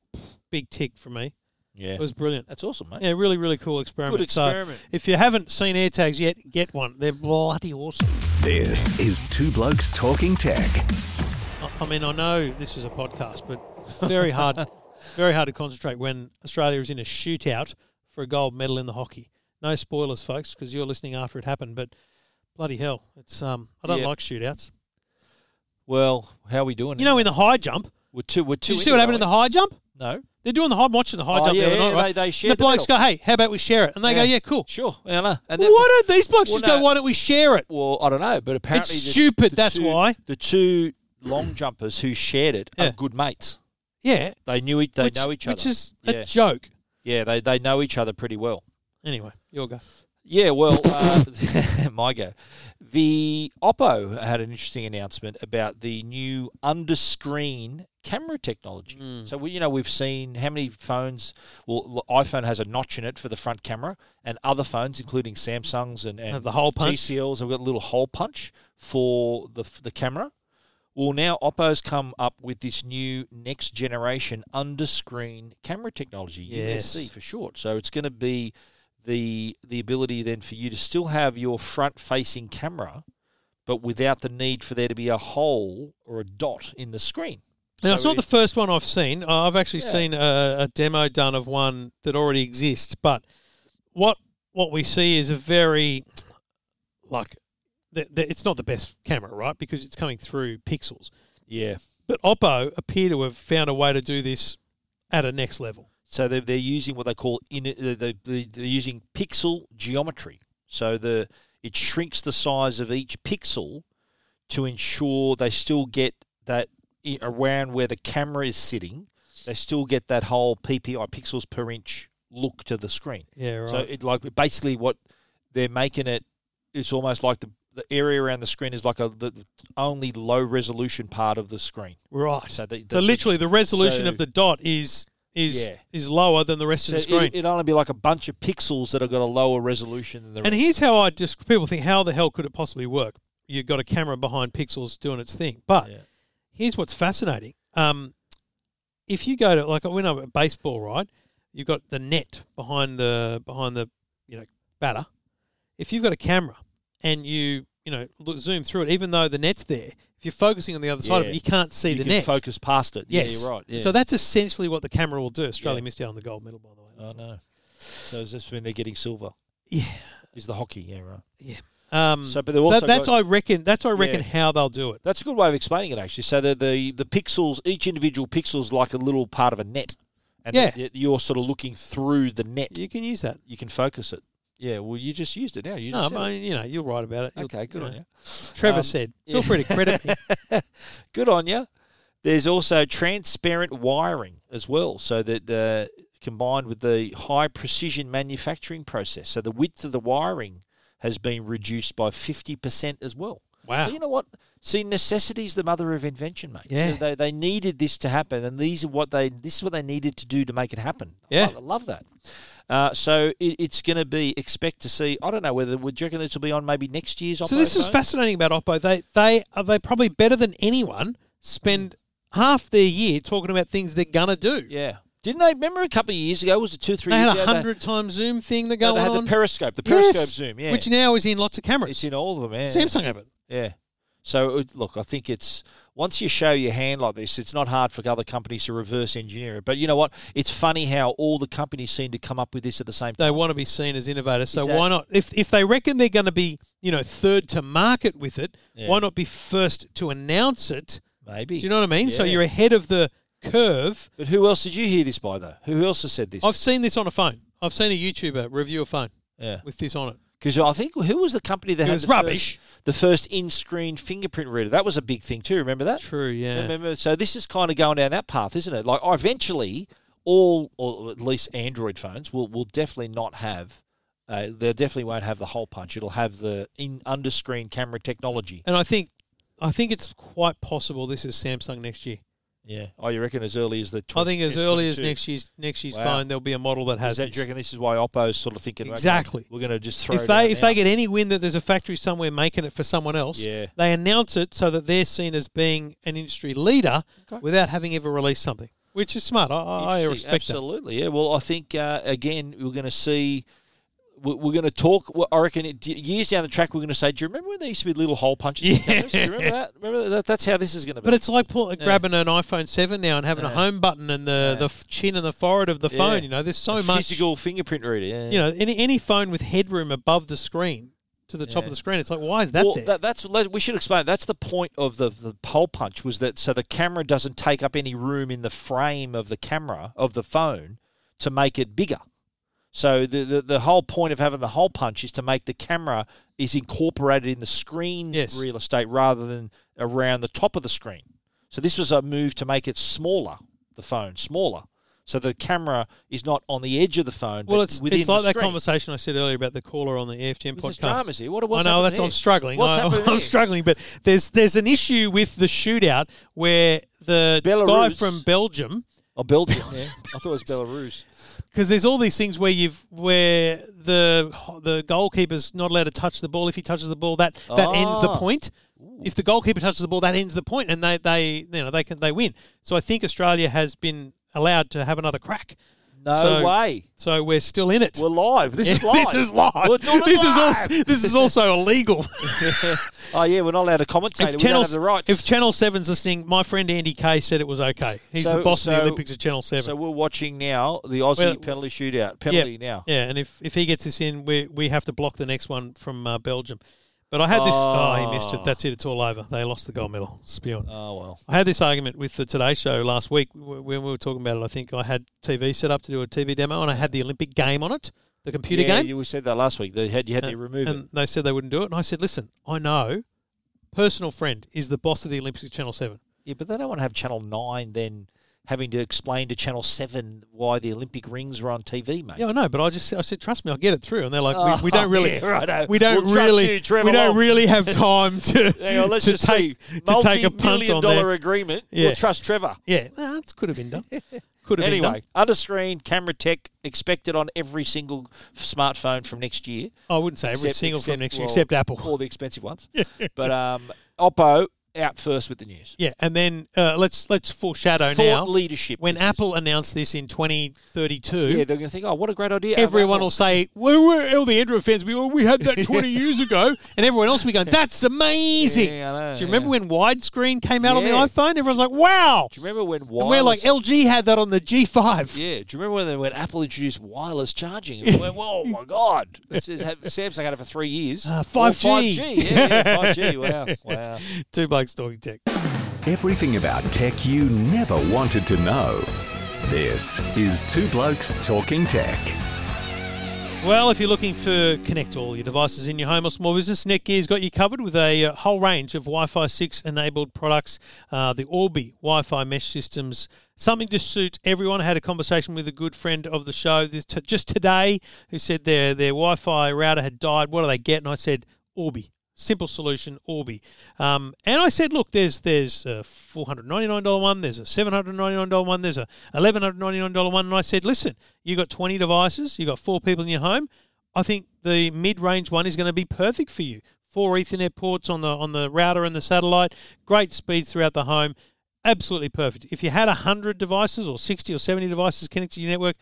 Speaker 1: big tick for me.
Speaker 2: Yeah.
Speaker 1: It was brilliant.
Speaker 2: that's awesome, mate.
Speaker 1: Yeah, really, really cool experiment.
Speaker 2: Good experiment.
Speaker 1: So if you haven't seen AirTags yet, get one. They're bloody awesome.
Speaker 3: This is Two Blokes Talking Tech.
Speaker 1: I, I mean, I know this is a podcast, but it's very hard, very hard to concentrate when Australia is in a shootout for a gold medal in the hockey. No spoilers, folks, because you're listening after it happened. But bloody hell, it's um, I don't
Speaker 2: Yeah.
Speaker 1: like shootouts.
Speaker 2: Well, how are we doing?
Speaker 1: You know, in the high jump,
Speaker 2: we're two. We're two.
Speaker 1: did you see what happened in the high jump?
Speaker 2: the? No.
Speaker 1: They're doing the high, I'm watching the high
Speaker 2: Oh,
Speaker 1: jump. the
Speaker 2: yeah,
Speaker 1: other night,
Speaker 2: yeah,
Speaker 1: right?
Speaker 2: they- they
Speaker 1: And
Speaker 2: shared
Speaker 1: the
Speaker 2: the
Speaker 1: blokes
Speaker 2: medal.
Speaker 1: go, "Hey, how about we share it?" And they go, "Yeah, cool."
Speaker 2: Sure. Yeah, I know. And that-
Speaker 1: What are these blokes
Speaker 2: Well,
Speaker 1: just go?
Speaker 2: no.
Speaker 1: Why don't we share it?
Speaker 2: Well, I don't know, but apparently
Speaker 1: It's stupid, that's
Speaker 2: two-
Speaker 1: why.
Speaker 2: the two long jumpers who shared it
Speaker 1: Yeah.
Speaker 2: are good mates.
Speaker 1: Yeah,
Speaker 2: They knew each. They
Speaker 1: which,
Speaker 2: know each
Speaker 1: which
Speaker 2: other.
Speaker 1: is
Speaker 2: Yeah.
Speaker 1: a joke.
Speaker 2: yeah, they they know each other pretty well.
Speaker 1: Anyway, your go.
Speaker 2: Yeah, well, uh, my go. The Oppo had an interesting announcement about the new under-screen camera technology.
Speaker 1: Hmm.
Speaker 2: So we, you know, we've seen how many phones. Well, l- iPhone has a notch in it for the front camera, and other phones, including Samsungs and, and
Speaker 1: Have the hole punch?
Speaker 2: TCLs, have got a little hole punch for the f- the camera. Well, now Oppo's come up with this new next generation under-screen camera technology,
Speaker 1: Yes.
Speaker 2: USC for short. So it's going to be the the ability then for you to still have your front-facing camera, but without the need for there to be a hole or a dot in the screen.
Speaker 1: Now,
Speaker 2: So
Speaker 1: it's not
Speaker 2: we-
Speaker 1: the first one I've seen. Uh, I've actually
Speaker 2: Yeah.
Speaker 1: seen a, a demo done of one that already exists, but what what we see is a very like the, the, it's not the best camera, right? Because it's coming through pixels.
Speaker 2: yeah.
Speaker 1: But Oppo appear to have found a way to do this at a next level.
Speaker 2: So they're, they're using what they call in they're, they're, they're using pixel geometry. So the it shrinks the size of each pixel to ensure they still get that i- around where the camera is sitting. They still get that whole PPI pixels per inch look to the screen.
Speaker 1: Yeah, right.
Speaker 2: So it like basically what they're making it. It's almost like the, the area around the screen is like a the the only low resolution part of the screen.
Speaker 1: right. So,
Speaker 2: So, the,
Speaker 1: literally, the resolution
Speaker 2: so-
Speaker 1: of the dot is is
Speaker 2: Yeah.
Speaker 1: is lower than the rest
Speaker 2: So
Speaker 1: of the screen.
Speaker 2: It, would only be like a bunch of pixels that have got a lower resolution than the
Speaker 1: and
Speaker 2: rest.
Speaker 1: here's how I just people think: How the hell could it possibly work? You've got a camera behind pixels doing its thing, but
Speaker 2: Yeah.
Speaker 1: here's what's fascinating. Um, if you go to like when I'm at baseball, right, you've got the net behind the behind the you know batter. If you've got a camera and you you know look, zoom through it, even though the net's there, if you're focusing on the other side of
Speaker 2: Yeah.
Speaker 1: it, you can't see
Speaker 2: you
Speaker 1: the
Speaker 2: can
Speaker 1: net.
Speaker 2: focus past it.
Speaker 1: Yes,
Speaker 2: Yeah, you're right. Yeah.
Speaker 1: So that's essentially what the camera will do. Australia
Speaker 2: Yeah.
Speaker 1: missed out on the gold medal, by the way.
Speaker 2: I know. Oh, So is this when they're getting silver?
Speaker 1: Yeah.
Speaker 2: Is the hockey? Yeah, right.
Speaker 1: Um,
Speaker 2: Uh, So, but they're also
Speaker 1: that, that's
Speaker 2: got-
Speaker 1: I reckon. That's I reckon
Speaker 2: Yeah.
Speaker 1: how they'll do it.
Speaker 2: That's a good way of explaining it, actually. So the the, the pixels, each individual pixel is like a little part of a net, and
Speaker 1: Yeah.
Speaker 2: y- you're sort of looking through the net. You,
Speaker 1: You can use that.
Speaker 2: can focus it. Yeah. Well, you just used it now. You
Speaker 1: No,
Speaker 2: just
Speaker 1: but,
Speaker 2: said it.
Speaker 1: I mean, you know, you're right about it. You'll-
Speaker 2: okay. Good
Speaker 1: you
Speaker 2: on
Speaker 1: know.
Speaker 2: you.
Speaker 1: Trevor
Speaker 2: Um,
Speaker 1: said,
Speaker 2: yeah.
Speaker 1: "Feel free to credit me."
Speaker 2: Good on you. There's also transparent wiring as well, so that uh, combined with the high precision manufacturing process, so the width of the wiring has been reduced by fifty percent as well.
Speaker 1: Wow.
Speaker 2: So you know what? See, necessity's the mother of invention, mate. So
Speaker 1: Yeah.
Speaker 2: they, they needed this to happen, and these are what they this is what they needed to do to make it happen. I
Speaker 1: Yeah.
Speaker 2: love- I love that. Uh, so it, it's going to be expect to see. I don't know whether would you reckon this will be on maybe next year's.
Speaker 1: So this is
Speaker 2: Oppo phone?
Speaker 1: fascinating about Oppo. They they are they probably better than anyone spend half their year talking about things they're gonna do.
Speaker 2: Mm. Yeah. Didn't they remember a couple of years ago? Was it two, three
Speaker 1: They
Speaker 2: years
Speaker 1: had
Speaker 2: ago?
Speaker 1: a hundred time zoom thing that
Speaker 2: no,
Speaker 1: going
Speaker 2: they had
Speaker 1: on.
Speaker 2: the periscope, the
Speaker 1: Yes,
Speaker 2: periscope zoom, yeah.
Speaker 1: which now is in lots of
Speaker 2: it's
Speaker 1: cameras.
Speaker 2: in all of them, yeah.
Speaker 1: Samsung have it.
Speaker 2: Yeah. So it- look, I think it's once you show your hand like this, it's not hard for other companies to reverse engineer it. But you know what? It's funny how all the companies seem to come up with this at the same time.
Speaker 1: They want to be seen as innovators, so
Speaker 2: Exact-
Speaker 1: why not? If if they reckon they're going to be you know third to market with it,
Speaker 2: Yeah.
Speaker 1: why not be first to announce it?
Speaker 2: Maybe.
Speaker 1: Do you know what I mean? So
Speaker 2: Yeah.
Speaker 1: you're ahead of the curve.
Speaker 2: But who else did you hear this by though? Who else has said this?
Speaker 1: I've seen this on a phone. I've seen a YouTuber review a phone
Speaker 2: yeah.
Speaker 1: with this on it.
Speaker 2: Because I think who was the company that
Speaker 1: It
Speaker 2: had
Speaker 1: was
Speaker 2: the
Speaker 1: rubbish.
Speaker 2: First, the first in-screen fingerprint reader? That was a big thing too. Remember that?
Speaker 1: True, yeah.
Speaker 2: Remember, so this is kind of going down that path, isn't it? Like, eventually, all or at least Android phones will will definitely not have. Uh, they definitely won't have the hole punch. It'll have the in underscreen camera technology.
Speaker 1: And I think I think it's quite possible this is Samsung next year.
Speaker 2: Yeah. Oh, you reckon as early as the?
Speaker 1: I think as early as
Speaker 2: S22?
Speaker 1: next year's next year's
Speaker 2: Wow.
Speaker 1: phone there'll be a model that has
Speaker 2: Is that,
Speaker 1: this.
Speaker 2: do you reckon this is why Oppo's sort of thinking okay,
Speaker 1: Exactly.
Speaker 2: we're going to just throw
Speaker 1: if
Speaker 2: it
Speaker 1: they
Speaker 2: out
Speaker 1: if
Speaker 2: now.
Speaker 1: they get any win that there's a factory somewhere making it for someone else,
Speaker 2: Yeah.
Speaker 1: they announce it so that they're seen as being an industry leader
Speaker 2: Okay.
Speaker 1: without having ever released something, which is smart. I, I I
Speaker 2: Interesting.
Speaker 1: respect that.
Speaker 2: Absolutely, yeah. Well, I think uh, again we're going to see. we- We're going to talk. well, I reckon it, years down the track we're going to say, "Do you remember when there used to be little hole punches?" in
Speaker 1: Yeah.
Speaker 2: cameras? Do you remember that? Remember that? That's how this is going to be.
Speaker 1: But it's like pull, grabbing an iPhone seven now and having a
Speaker 2: Yeah.
Speaker 1: home button and the,
Speaker 2: Yeah.
Speaker 1: the f- chin and the forehead of the
Speaker 2: Yeah.
Speaker 1: phone. You know, there's so
Speaker 2: A
Speaker 1: much
Speaker 2: physical fingerprint reader. Yeah.
Speaker 1: you know, any any phone with headroom above the screen to the top
Speaker 2: Yeah.
Speaker 1: of the screen, it's like why is that
Speaker 2: well,
Speaker 1: there?
Speaker 2: that, that's let- we should explain. That's the point of the the hole punch was that so the camera doesn't take up any room in the frame of the camera of the phone to make it bigger. So the, the, the whole point of having the hole punch is to make the camera is incorporated in the screen
Speaker 1: Yes.
Speaker 2: real estate rather than around the top of the screen. So this was a move to make it smaller, the phone smaller, so the camera is not on the edge of the phone.
Speaker 1: well,
Speaker 2: but
Speaker 1: it's
Speaker 2: within
Speaker 1: it's like
Speaker 2: the
Speaker 1: that
Speaker 2: screen.
Speaker 1: conversation I said earlier about the caller on the AFTM
Speaker 2: This is
Speaker 1: podcast.
Speaker 2: dramas here. What,
Speaker 1: I
Speaker 2: what's
Speaker 1: know
Speaker 2: happening
Speaker 1: that's
Speaker 2: here?
Speaker 1: I'm struggling.
Speaker 2: What's
Speaker 1: I,
Speaker 2: happening
Speaker 1: I'm
Speaker 2: here?
Speaker 1: struggling, but there's there's an issue with the shootout where the guy
Speaker 2: Belarus.
Speaker 1: from Belgium
Speaker 2: Oh, Belgium. yeah. I thought it was Belarus.
Speaker 1: because there's all these things where you've where the the goalkeeper's not allowed to touch the ball. If he touches the ball, that that ends the
Speaker 2: Ah.
Speaker 1: point. If the goalkeeper touches the ball, that ends the point, and they they you know they can they win. So I think Australia has been allowed to have another crack.
Speaker 2: No
Speaker 1: So-
Speaker 2: way.
Speaker 1: So we're still in it.
Speaker 2: We're live. This is
Speaker 1: Yeah,
Speaker 2: live.
Speaker 1: This is live.
Speaker 2: We're doing it
Speaker 1: this is
Speaker 2: live.
Speaker 1: also this is also illegal.
Speaker 2: Oh yeah, we're not allowed to commentate. it. We don't have the rights.
Speaker 1: if Channel 7's listening, my friend Andy Kay said it was okay. He's
Speaker 2: So-
Speaker 1: the boss of
Speaker 2: so-
Speaker 1: the Olympics of Channel 7.
Speaker 2: so we're watching now the Aussie
Speaker 1: Well-
Speaker 2: penalty shootout penalty now.
Speaker 1: Yeah, and if, if he gets this in, we we have to block the next one from uh, Belgium. But I had this. Oh. he missed it.
Speaker 2: Oh.
Speaker 1: That's it. It's all over. They lost the gold medal. Spewing.
Speaker 2: Oh well.
Speaker 1: I had this argument with the Today Show last week w- when we were talking about it. I think I had TV set up to do a TV demo, and I had the Olympic game on it, the computer
Speaker 2: yeah,
Speaker 1: game.
Speaker 2: you- we said that last week. They had you had to
Speaker 1: And-
Speaker 2: remove
Speaker 1: and
Speaker 2: it.
Speaker 1: they said they wouldn't do it. And I said, listen, I know. Personal friend is the boss of the Olympics of Channel Seven.
Speaker 2: Yeah, but they don't want to have Channel Nine then having to explain to Channel Seven why the Olympic rings were on TV, mate.
Speaker 1: Yeah, I know, but I just I said, trust me, I'll get it through. And they're like, we, we
Speaker 2: Oh,
Speaker 1: don't really,
Speaker 2: yeah, righto.
Speaker 1: we don't
Speaker 2: We'll trust
Speaker 1: really,
Speaker 2: you, Trevor
Speaker 1: we don't
Speaker 2: Long.
Speaker 1: really have time to
Speaker 2: Hang on, let's
Speaker 1: to
Speaker 2: just
Speaker 1: take
Speaker 2: see.
Speaker 1: to take a punt
Speaker 2: Multi-million
Speaker 1: on
Speaker 2: dollar
Speaker 1: there.
Speaker 2: agreement.
Speaker 1: Yeah.
Speaker 2: We'll trust Trevor.
Speaker 1: Yeah, nah, it could have been done. Could have been done.
Speaker 2: Anyway, under screen camera tech expected on every single smartphone from next year.
Speaker 1: I wouldn't say every
Speaker 2: Except-
Speaker 1: single
Speaker 2: except-
Speaker 1: from next year
Speaker 2: well,
Speaker 1: except Apple.
Speaker 2: all the expensive ones. but um, Oppo out first with the news.
Speaker 1: Yeah, and then uh, let's let's foreshadow
Speaker 2: Thought
Speaker 1: now
Speaker 2: leadership.
Speaker 1: when
Speaker 2: this is.
Speaker 1: Apple announced this in 2032.
Speaker 2: yeah, they're going to think, oh, what a great idea.
Speaker 1: Everyone
Speaker 2: Apple-
Speaker 1: will say, well, we're, all the Android fans, we, we had that 20 years ago. And everyone else will be going, that's amazing.
Speaker 2: Yeah, I know,
Speaker 1: Do you remember
Speaker 2: yeah.
Speaker 1: when widescreen came out
Speaker 2: Yeah.
Speaker 1: on the iPhone? Everyone's like, wow.
Speaker 2: Do you remember when wireless?
Speaker 1: And we're like, LG had that on the G5.
Speaker 2: yeah. Do you remember when, they- when Apple introduced wireless charging? It went, oh my god! It's, it's had, Samsung had it for three years.
Speaker 1: Ah,
Speaker 2: Well,
Speaker 1: 5G.
Speaker 2: Yeah, yeah, five G. Wow, wow.
Speaker 1: Two blokes talking tech.
Speaker 3: Everything about tech you never wanted to know. This is Two Blokes Talking Tech.
Speaker 1: Well, if you're looking for connect all your devices in your home or small business, Netgear's got you covered with a uh, whole range of Wi-Fi 6 enabled products. Uh, the Orbi Wi-Fi mesh systems, something to suit everyone. I had a conversation with a good friend of the show this t- just today who said their their Wi-Fi router had died. What do they get? And I said Orbi. Simple solution, Orbi. Um, and I said, look, there's there's a $499 one, there's a $799 one, there's a $1,199 one. And I said, listen, you got 20 devices, you got four people in your home. I think the mid-range one is going to be perfect for you. Four Ethernet ports on the on the router and the satellite, great speeds throughout the home, absolutely perfect. If you had 100 devices or 60 or 70 devices connected to your network,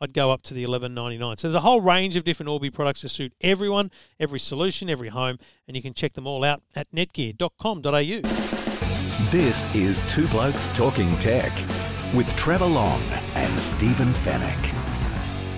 Speaker 1: I'd go up to the eleven ninety nine. So there's a whole range of different Orbi products to suit everyone, every solution, every home, and you can check them all out at netgear.com.au.
Speaker 3: This is Two Blokes Talking Tech with Trevor Long and Stephen Fennec.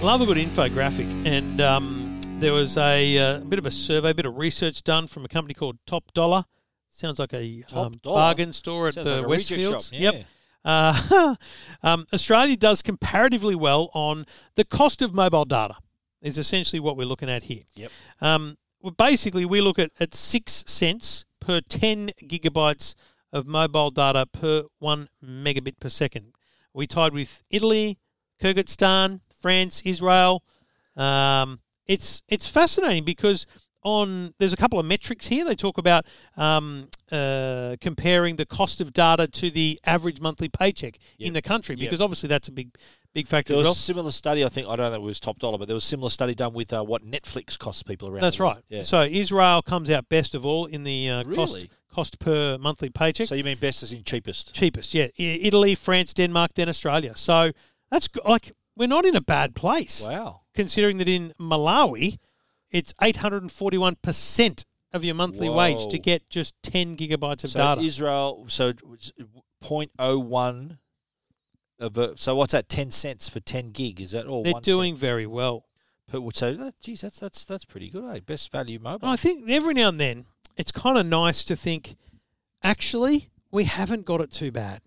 Speaker 1: Love a good infographic, and um, there was a uh, bit of a survey, a bit of research done from a company called Top Dollar. Sounds like a
Speaker 2: Top
Speaker 1: um,
Speaker 2: Dollar?
Speaker 1: bargain store at
Speaker 2: Sounds
Speaker 1: the
Speaker 2: like a reject
Speaker 1: Westfields.
Speaker 2: shop, yeah.
Speaker 1: Yep. Uh, um, Australia does comparatively well on the cost of mobile data. Is essentially what we're looking at here.
Speaker 2: Yep.
Speaker 1: Um, well, basically, we look at, at six cents per 10 gigabytes of mobile data per one megabit per second. We tied with Italy, Kyrgyzstan, France, Israel. Um, it's it's fascinating because on there's a couple of metrics here. They talk about um, uh, comparing the cost of data to the average monthly paycheck in
Speaker 2: Yep.
Speaker 1: the country
Speaker 2: Yep.
Speaker 1: because obviously that's a big big factor
Speaker 2: There
Speaker 1: as
Speaker 2: was
Speaker 1: well.
Speaker 2: a similar study, I think. I don't know if it was top dollar, but there was a similar study done with uh, what Netflix costs people around.
Speaker 1: That's
Speaker 2: the world.
Speaker 1: right.
Speaker 2: Yeah.
Speaker 1: So Israel comes out best of all in the uh, cost
Speaker 2: Really?
Speaker 1: cost per monthly paycheck.
Speaker 2: So you mean best as in cheapest?
Speaker 1: Cheapest, yeah. I- Italy, France, Denmark, then Australia. So that's g- like we're not in a bad place
Speaker 2: Wow.
Speaker 1: considering that in Malawi, it's 841 percent of your monthly wage to
Speaker 2: Whoa.
Speaker 1: get just 10 gigabytes of
Speaker 2: so
Speaker 1: data.
Speaker 2: Israel, so it oh was 0.01 of a, uh, so what's that? Ten cents for ten gig? Is that all?
Speaker 1: They're
Speaker 2: one cent
Speaker 1: doing very well.
Speaker 2: per, so that, geez, that's that's that's pretty good. Eh? Best value mobile.
Speaker 1: And I think every now and then it's kind of nice to think, actually, we haven't got it too bad.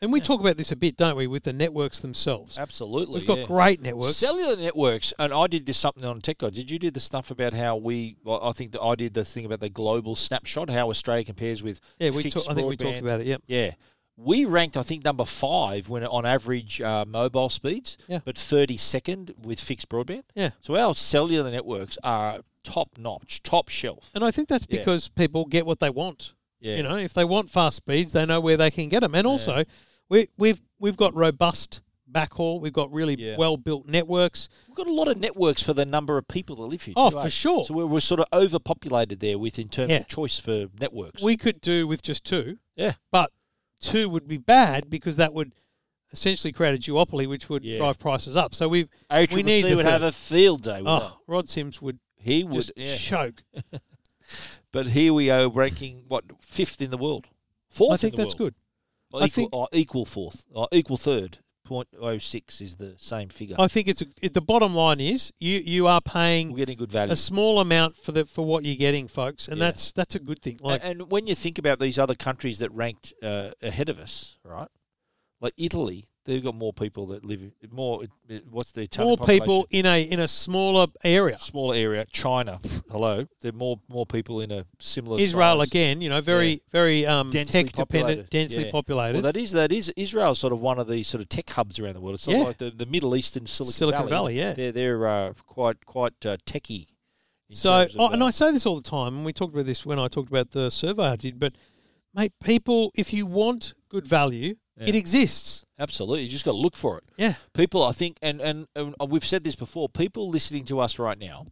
Speaker 1: And we talk about this a bit, don't we, with the networks themselves.
Speaker 2: Absolutely,
Speaker 1: We've got
Speaker 2: yeah.
Speaker 1: great networks.
Speaker 2: Cellular networks, and I did this something on Tech Guide. Did you do the stuff about how we? Well, I think that I did the thing about the global snapshot, how Australia compares with
Speaker 1: yeah, we
Speaker 2: fixed
Speaker 1: talk, I think we talked
Speaker 2: broadband.
Speaker 1: about it. Yeah.
Speaker 2: Yeah. We ranked, I think, number five when on average uh, mobile speeds,
Speaker 1: Yeah.
Speaker 2: but 32nd with fixed broadband.
Speaker 1: Yeah.
Speaker 2: So our cellular networks are top notch, top shelf.
Speaker 1: And I think that's
Speaker 2: Yeah.
Speaker 1: because people get what they want.
Speaker 2: Yeah.
Speaker 1: You know, if they want fast speeds, they know where they can get them. And also, we, we've we've got robust backhaul. We've got really
Speaker 2: Yeah.
Speaker 1: well built networks.
Speaker 2: We've got a lot of networks for the number of people that live here.
Speaker 1: Oh,
Speaker 2: too,
Speaker 1: for
Speaker 2: eh?
Speaker 1: sure.
Speaker 2: So we're, we're sort of overpopulated there with in terms
Speaker 1: Yeah.
Speaker 2: of choice for networks.
Speaker 1: We could do with just two,
Speaker 2: yeah.
Speaker 1: but two would be bad because that would essentially create a duopoly, which would
Speaker 2: Yeah.
Speaker 1: drive prices up. So we
Speaker 2: ACCC
Speaker 1: we need the
Speaker 2: would
Speaker 1: third.
Speaker 2: have a field day. With
Speaker 1: oh, Rod Sims would
Speaker 2: it. He would.
Speaker 1: just
Speaker 2: yeah.
Speaker 1: choke.
Speaker 5: But here we are ranking, what, fifth in the world? Fourth
Speaker 1: I think
Speaker 5: in the
Speaker 1: that's
Speaker 5: world.
Speaker 1: good.
Speaker 2: Or
Speaker 1: I
Speaker 2: equal,
Speaker 1: think-
Speaker 2: or equal fourth. Or equal third. 0.06 is the same figure.
Speaker 1: I think it's a, it, the bottom line is you you are
Speaker 2: We're
Speaker 1: paying
Speaker 2: getting good value.
Speaker 1: a small amount for the for what you're getting, folks, and
Speaker 2: Yeah.
Speaker 1: that's that's a good thing. Like
Speaker 2: and, and when you think about these other countries that ranked uh, ahead of us, right? Like Italy, they've got more people that live more. What's their total
Speaker 1: more
Speaker 2: population?
Speaker 1: people in a in a smaller area.
Speaker 2: Small area. China. Hello, there are more more people in a similar.
Speaker 1: Israel
Speaker 2: size.
Speaker 1: again, you know, very
Speaker 2: Yeah.
Speaker 1: very um,
Speaker 2: Densely
Speaker 1: tech dependent,
Speaker 2: populated.
Speaker 1: densely
Speaker 2: Yeah.
Speaker 1: populated.
Speaker 2: Well, that is that is Israel. Sort of one of the sort of tech hubs around the world. It's sort
Speaker 1: Yeah.
Speaker 2: of like the, the Middle Eastern Silicon,
Speaker 1: Silicon Valley, yeah.
Speaker 2: they're they're uh, quite quite uh, techy. in
Speaker 1: So,
Speaker 2: terms of,
Speaker 1: oh, and
Speaker 2: uh,
Speaker 1: I say this all the time, and we talked about this when I talked about the survey I did, but mate, people, if you want good value,
Speaker 2: Yeah.
Speaker 1: it exists.
Speaker 2: absolutely, you just got to look for it.
Speaker 1: Yeah.
Speaker 2: people i think and, and and uh, we've said this before people listening to us right now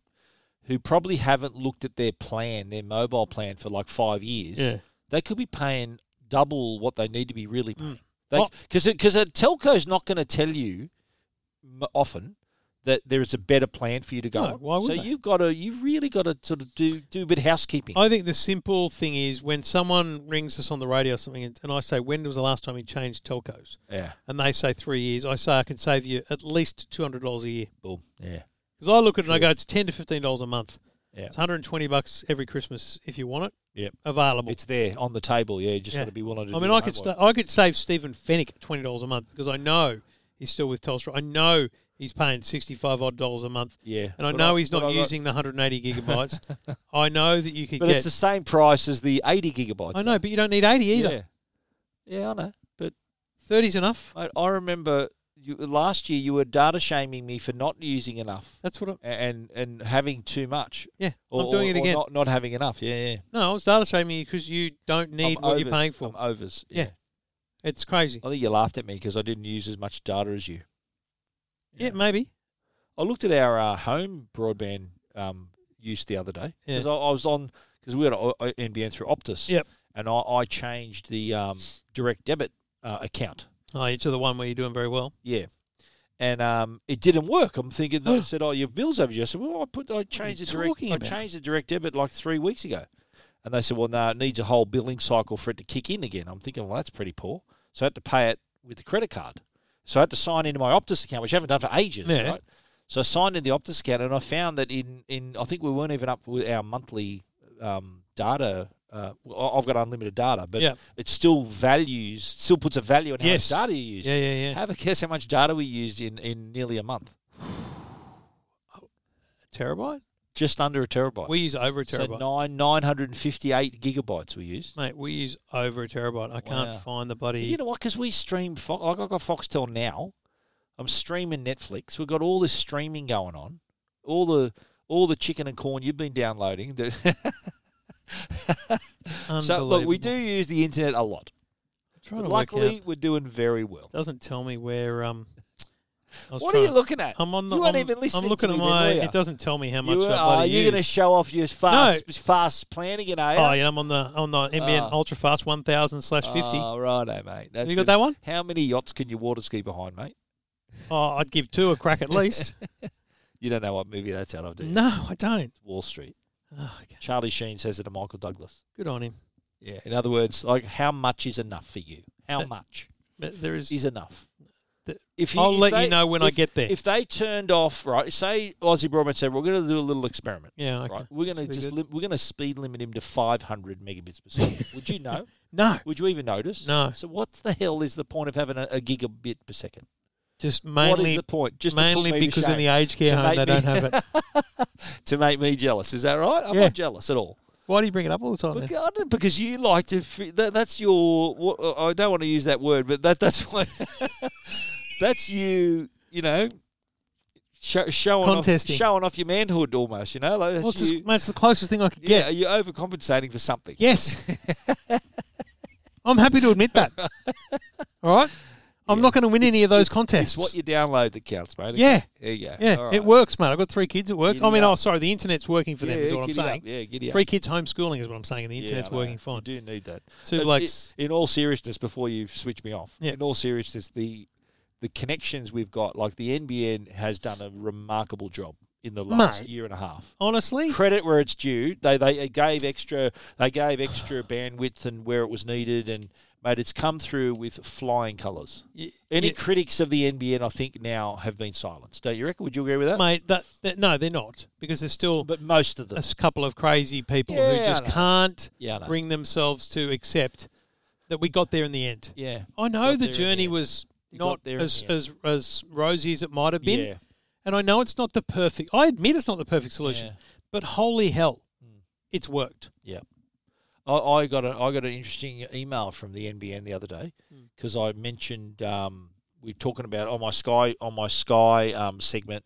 Speaker 2: who probably haven't looked at their plan their mobile plan for like five years
Speaker 1: Yeah.
Speaker 2: they could be paying double what they need to be really paying
Speaker 1: Well-
Speaker 2: because because a telco's not going to tell you m- often that there is a better plan for you to go
Speaker 1: No,
Speaker 2: on.
Speaker 1: why would
Speaker 2: so
Speaker 1: they?
Speaker 2: you've got to you've really got to sort of do do a bit of housekeeping
Speaker 1: I think the simple thing is when someone rings us on the radio or something, and, and I say, "When was the last time you changed telcos?"
Speaker 2: yeah
Speaker 1: and they say three years, I say I can save you at least two hundred dollars a year
Speaker 2: boom yeah
Speaker 1: because I look at it and I go, "It's ten to fifteen dollars a month.
Speaker 2: Yeah.
Speaker 1: It's one hundred and twenty bucks every Christmas if you want it.
Speaker 2: Yep.
Speaker 1: available."
Speaker 2: it's there on the table yeah you just
Speaker 1: Yeah.
Speaker 2: got to be willing to
Speaker 1: I
Speaker 2: do
Speaker 1: mean,
Speaker 2: the
Speaker 1: I could
Speaker 2: homework.
Speaker 1: sta I could save Stephen Fennick twenty dollars a month because I know he's still with Telstra. I know he's paying sixty five odd dollars a month,
Speaker 2: yeah
Speaker 1: and I
Speaker 2: But
Speaker 1: know he's
Speaker 2: but
Speaker 1: not
Speaker 2: I got-
Speaker 1: using the hundred and eighty gigabytes. I know that you could
Speaker 2: But
Speaker 1: get.
Speaker 2: it's the same price as the 80 gigabytes.
Speaker 1: I know, but you don't need eighty either.
Speaker 2: Yeah. yeah, I know. But
Speaker 1: Thirty's enough.
Speaker 2: I, I remember you, last year you were data shaming me for not using enough
Speaker 1: That's what. I,
Speaker 2: a- and and having too much.
Speaker 1: yeah,
Speaker 2: Or,
Speaker 1: I'm doing
Speaker 2: or-
Speaker 1: it
Speaker 2: or
Speaker 1: again.
Speaker 2: not, not having enough. Yeah, yeah.
Speaker 1: No, I was data shaming you because you don't need
Speaker 2: I'm
Speaker 1: what you're
Speaker 2: overs.
Speaker 1: paying for.
Speaker 2: I'm overs.
Speaker 1: Yeah. it's crazy.
Speaker 2: I think you laughed at me because I didn't use as much data as you.
Speaker 1: Yeah, maybe.
Speaker 2: I looked at our uh, home broadband um, use the other day because
Speaker 1: Yeah.
Speaker 2: I, I was on because we had a- a- NBN through Optus.
Speaker 1: Yep.
Speaker 2: And I, I changed the um, direct debit uh, account.
Speaker 1: Oh, you're to the one where you're doing very well.
Speaker 2: Yeah. And um, it didn't work. I'm thinking they said, "Oh, your bill's overdue." I said, "Well, I put I changed the
Speaker 1: you
Speaker 2: direct
Speaker 1: talking
Speaker 2: I
Speaker 1: about?
Speaker 2: changed the direct debit like three weeks ago," and they said, "Well, no, it needs a whole billing cycle for it to kick in again." I'm thinking, "Well, that's pretty poor." So I had to pay it with a credit card. So I had to sign into my Optus account, which I haven't done for ages.
Speaker 1: Yeah.
Speaker 2: Right? So I signed in the Optus account, and I found that in in I think we weren't even up with our monthly um, data. Uh, well, I- I've got unlimited data, but
Speaker 1: Yeah.
Speaker 2: it still values, still puts a value on how
Speaker 1: Yes.
Speaker 2: much data you use.
Speaker 1: Yeah, yeah, yeah.
Speaker 2: Have a guess how much data we used in, in nearly a month.
Speaker 1: terabyte?
Speaker 2: Just under a terabyte.
Speaker 1: We use over a
Speaker 2: so
Speaker 1: terabyte.
Speaker 2: nine nine hundred and fifty eight gigabytes we used.
Speaker 1: Mate, we use over a terabyte. I
Speaker 2: Wow.
Speaker 1: can't find the bloody.
Speaker 2: You know what? Because we stream Fo- like I got Foxtel now. I'm streaming Netflix. We've got all this streaming going on. All the all the chicken and corn you've been downloading. The- so look,
Speaker 1: Unbelievable.
Speaker 2: we do use the internet a lot.
Speaker 1: I'm trying
Speaker 2: But
Speaker 1: to work out.
Speaker 2: luckily, we're doing very well.
Speaker 1: doesn't tell me where. Um, I was
Speaker 2: What
Speaker 1: trying
Speaker 2: are you looking at?
Speaker 1: I'm on the.
Speaker 2: You weren't
Speaker 1: I'm,
Speaker 2: even listening
Speaker 1: I'm looking
Speaker 2: to
Speaker 1: at
Speaker 2: me then,
Speaker 1: my.
Speaker 2: were you?
Speaker 1: It doesn't tell me how much
Speaker 2: You,
Speaker 1: I
Speaker 2: are
Speaker 1: bloody
Speaker 2: you going to
Speaker 1: use.
Speaker 2: show off your fast fast plan again? Are you?
Speaker 1: oh, yeah, I'm on the on the NBN
Speaker 2: Oh.
Speaker 1: Ultra Fast 1000 slash 50.
Speaker 2: Oh, righto, mate. That's
Speaker 1: you got
Speaker 2: good.
Speaker 1: that one?
Speaker 2: How many yachts can you water ski behind, mate?
Speaker 1: Oh, I'd give two a crack at least.
Speaker 2: You don't know what movie that's out of, do you?
Speaker 1: no, I don't.
Speaker 2: Wall Street.
Speaker 1: Oh, okay.
Speaker 2: Charlie Sheen says it to Michael Douglas.
Speaker 1: Good on him.
Speaker 2: Yeah. In other words, like how much is enough for you? How
Speaker 1: That-
Speaker 2: much
Speaker 1: But there is.
Speaker 2: is enough?
Speaker 1: Th-
Speaker 2: If
Speaker 1: I'll
Speaker 2: if
Speaker 1: let
Speaker 2: they-
Speaker 1: you know when I
Speaker 2: if-
Speaker 1: get there.
Speaker 2: If they turned off, right? Say Aussie Broadband said we're going to do a little experiment.
Speaker 1: yeah, okay.
Speaker 2: Right, we're going to
Speaker 1: That's pretty
Speaker 2: just
Speaker 1: good.
Speaker 2: lim- we're going to speed limit him to 500 megabits per second. Would you know?
Speaker 1: No,
Speaker 2: Would you even notice?
Speaker 1: No.
Speaker 2: So what the hell is the point of having a, a gigabit per second?
Speaker 1: just
Speaker 2: what is
Speaker 1: mainly
Speaker 2: the point? Just to put
Speaker 1: mainly
Speaker 2: me to
Speaker 1: because in
Speaker 2: shame.
Speaker 1: the aged care
Speaker 2: to
Speaker 1: home
Speaker 2: make
Speaker 1: they
Speaker 2: me-
Speaker 1: don't have it.
Speaker 2: to make me jealous. Is that right? I'm
Speaker 1: Yeah.
Speaker 2: not jealous at all.
Speaker 1: Why do you bring it up all the time? then?
Speaker 2: Because, because you like to. f- That, that's your. wha- I don't want to use that word, but that that's why. that's you. You know, sho- showing
Speaker 1: Contesting.
Speaker 2: off, showing off your manhood almost. You know, like that's
Speaker 1: Well, it's,
Speaker 2: you.
Speaker 1: just, mate, it's the closest thing I could
Speaker 2: yeah,
Speaker 1: get.
Speaker 2: you're overcompensating for something.
Speaker 1: Yes. I'm happy to admit that. All right? I'm not going to win any of those
Speaker 2: It's-
Speaker 1: contests.
Speaker 2: It's what you download that counts, mate. Okay,
Speaker 1: Yeah.
Speaker 2: There you go.
Speaker 1: yeah,
Speaker 2: All
Speaker 1: it
Speaker 2: right.
Speaker 1: works, mate. I've got three kids. It works. I
Speaker 2: Giddy
Speaker 1: mean,
Speaker 2: up.
Speaker 1: oh, sorry, the internet's working for them,
Speaker 2: Yeah,
Speaker 1: is what I'm
Speaker 2: giddy up.
Speaker 1: saying.
Speaker 2: Yeah, giddy up.
Speaker 1: Three kids homeschooling is what I'm saying, and the
Speaker 2: Yeah,
Speaker 1: internet's
Speaker 2: I know.
Speaker 1: working fine.
Speaker 2: You do need that.
Speaker 1: Two
Speaker 2: But i-
Speaker 1: blokes.
Speaker 2: in all seriousness, before you switch me off,
Speaker 1: Yeah.
Speaker 2: in all seriousness, the the connections we've got, like the NBN has done a remarkable job in the last
Speaker 1: Mate.
Speaker 2: year and a half.
Speaker 1: Honestly,
Speaker 2: Credit where it's due. They they gave extra they gave extra bandwidth and where it was needed and mate, it's come through with flying colours.
Speaker 1: y-
Speaker 2: Any
Speaker 1: y-
Speaker 2: critics of the NBN I think now have been silenced. Don't you reckon? Would you agree with that?
Speaker 1: mate, that, that no, they're not because there's still
Speaker 2: But most of
Speaker 1: a
Speaker 2: them.
Speaker 1: s- couple of crazy people who
Speaker 2: Yeah,
Speaker 1: just
Speaker 2: I know.
Speaker 1: can't
Speaker 2: Yeah, I know.
Speaker 1: bring themselves to accept that we got there in the end.
Speaker 2: yeah.
Speaker 1: I know
Speaker 2: Got
Speaker 1: the
Speaker 2: there in
Speaker 1: journey
Speaker 2: the end.
Speaker 1: was
Speaker 2: You
Speaker 1: not
Speaker 2: got there in
Speaker 1: as,
Speaker 2: the end.
Speaker 1: as as rosy as it might have been,
Speaker 2: Yeah.
Speaker 1: and I know it's not the perfect. I admit it's not the perfect solution,
Speaker 2: Yeah. Hmm.
Speaker 1: but holy hell, it's worked.
Speaker 2: Yeah. I, I got a, I got an interesting email from the NBN the other day because I mentioned um, we are talking about on my Sky on my Sky um, segment.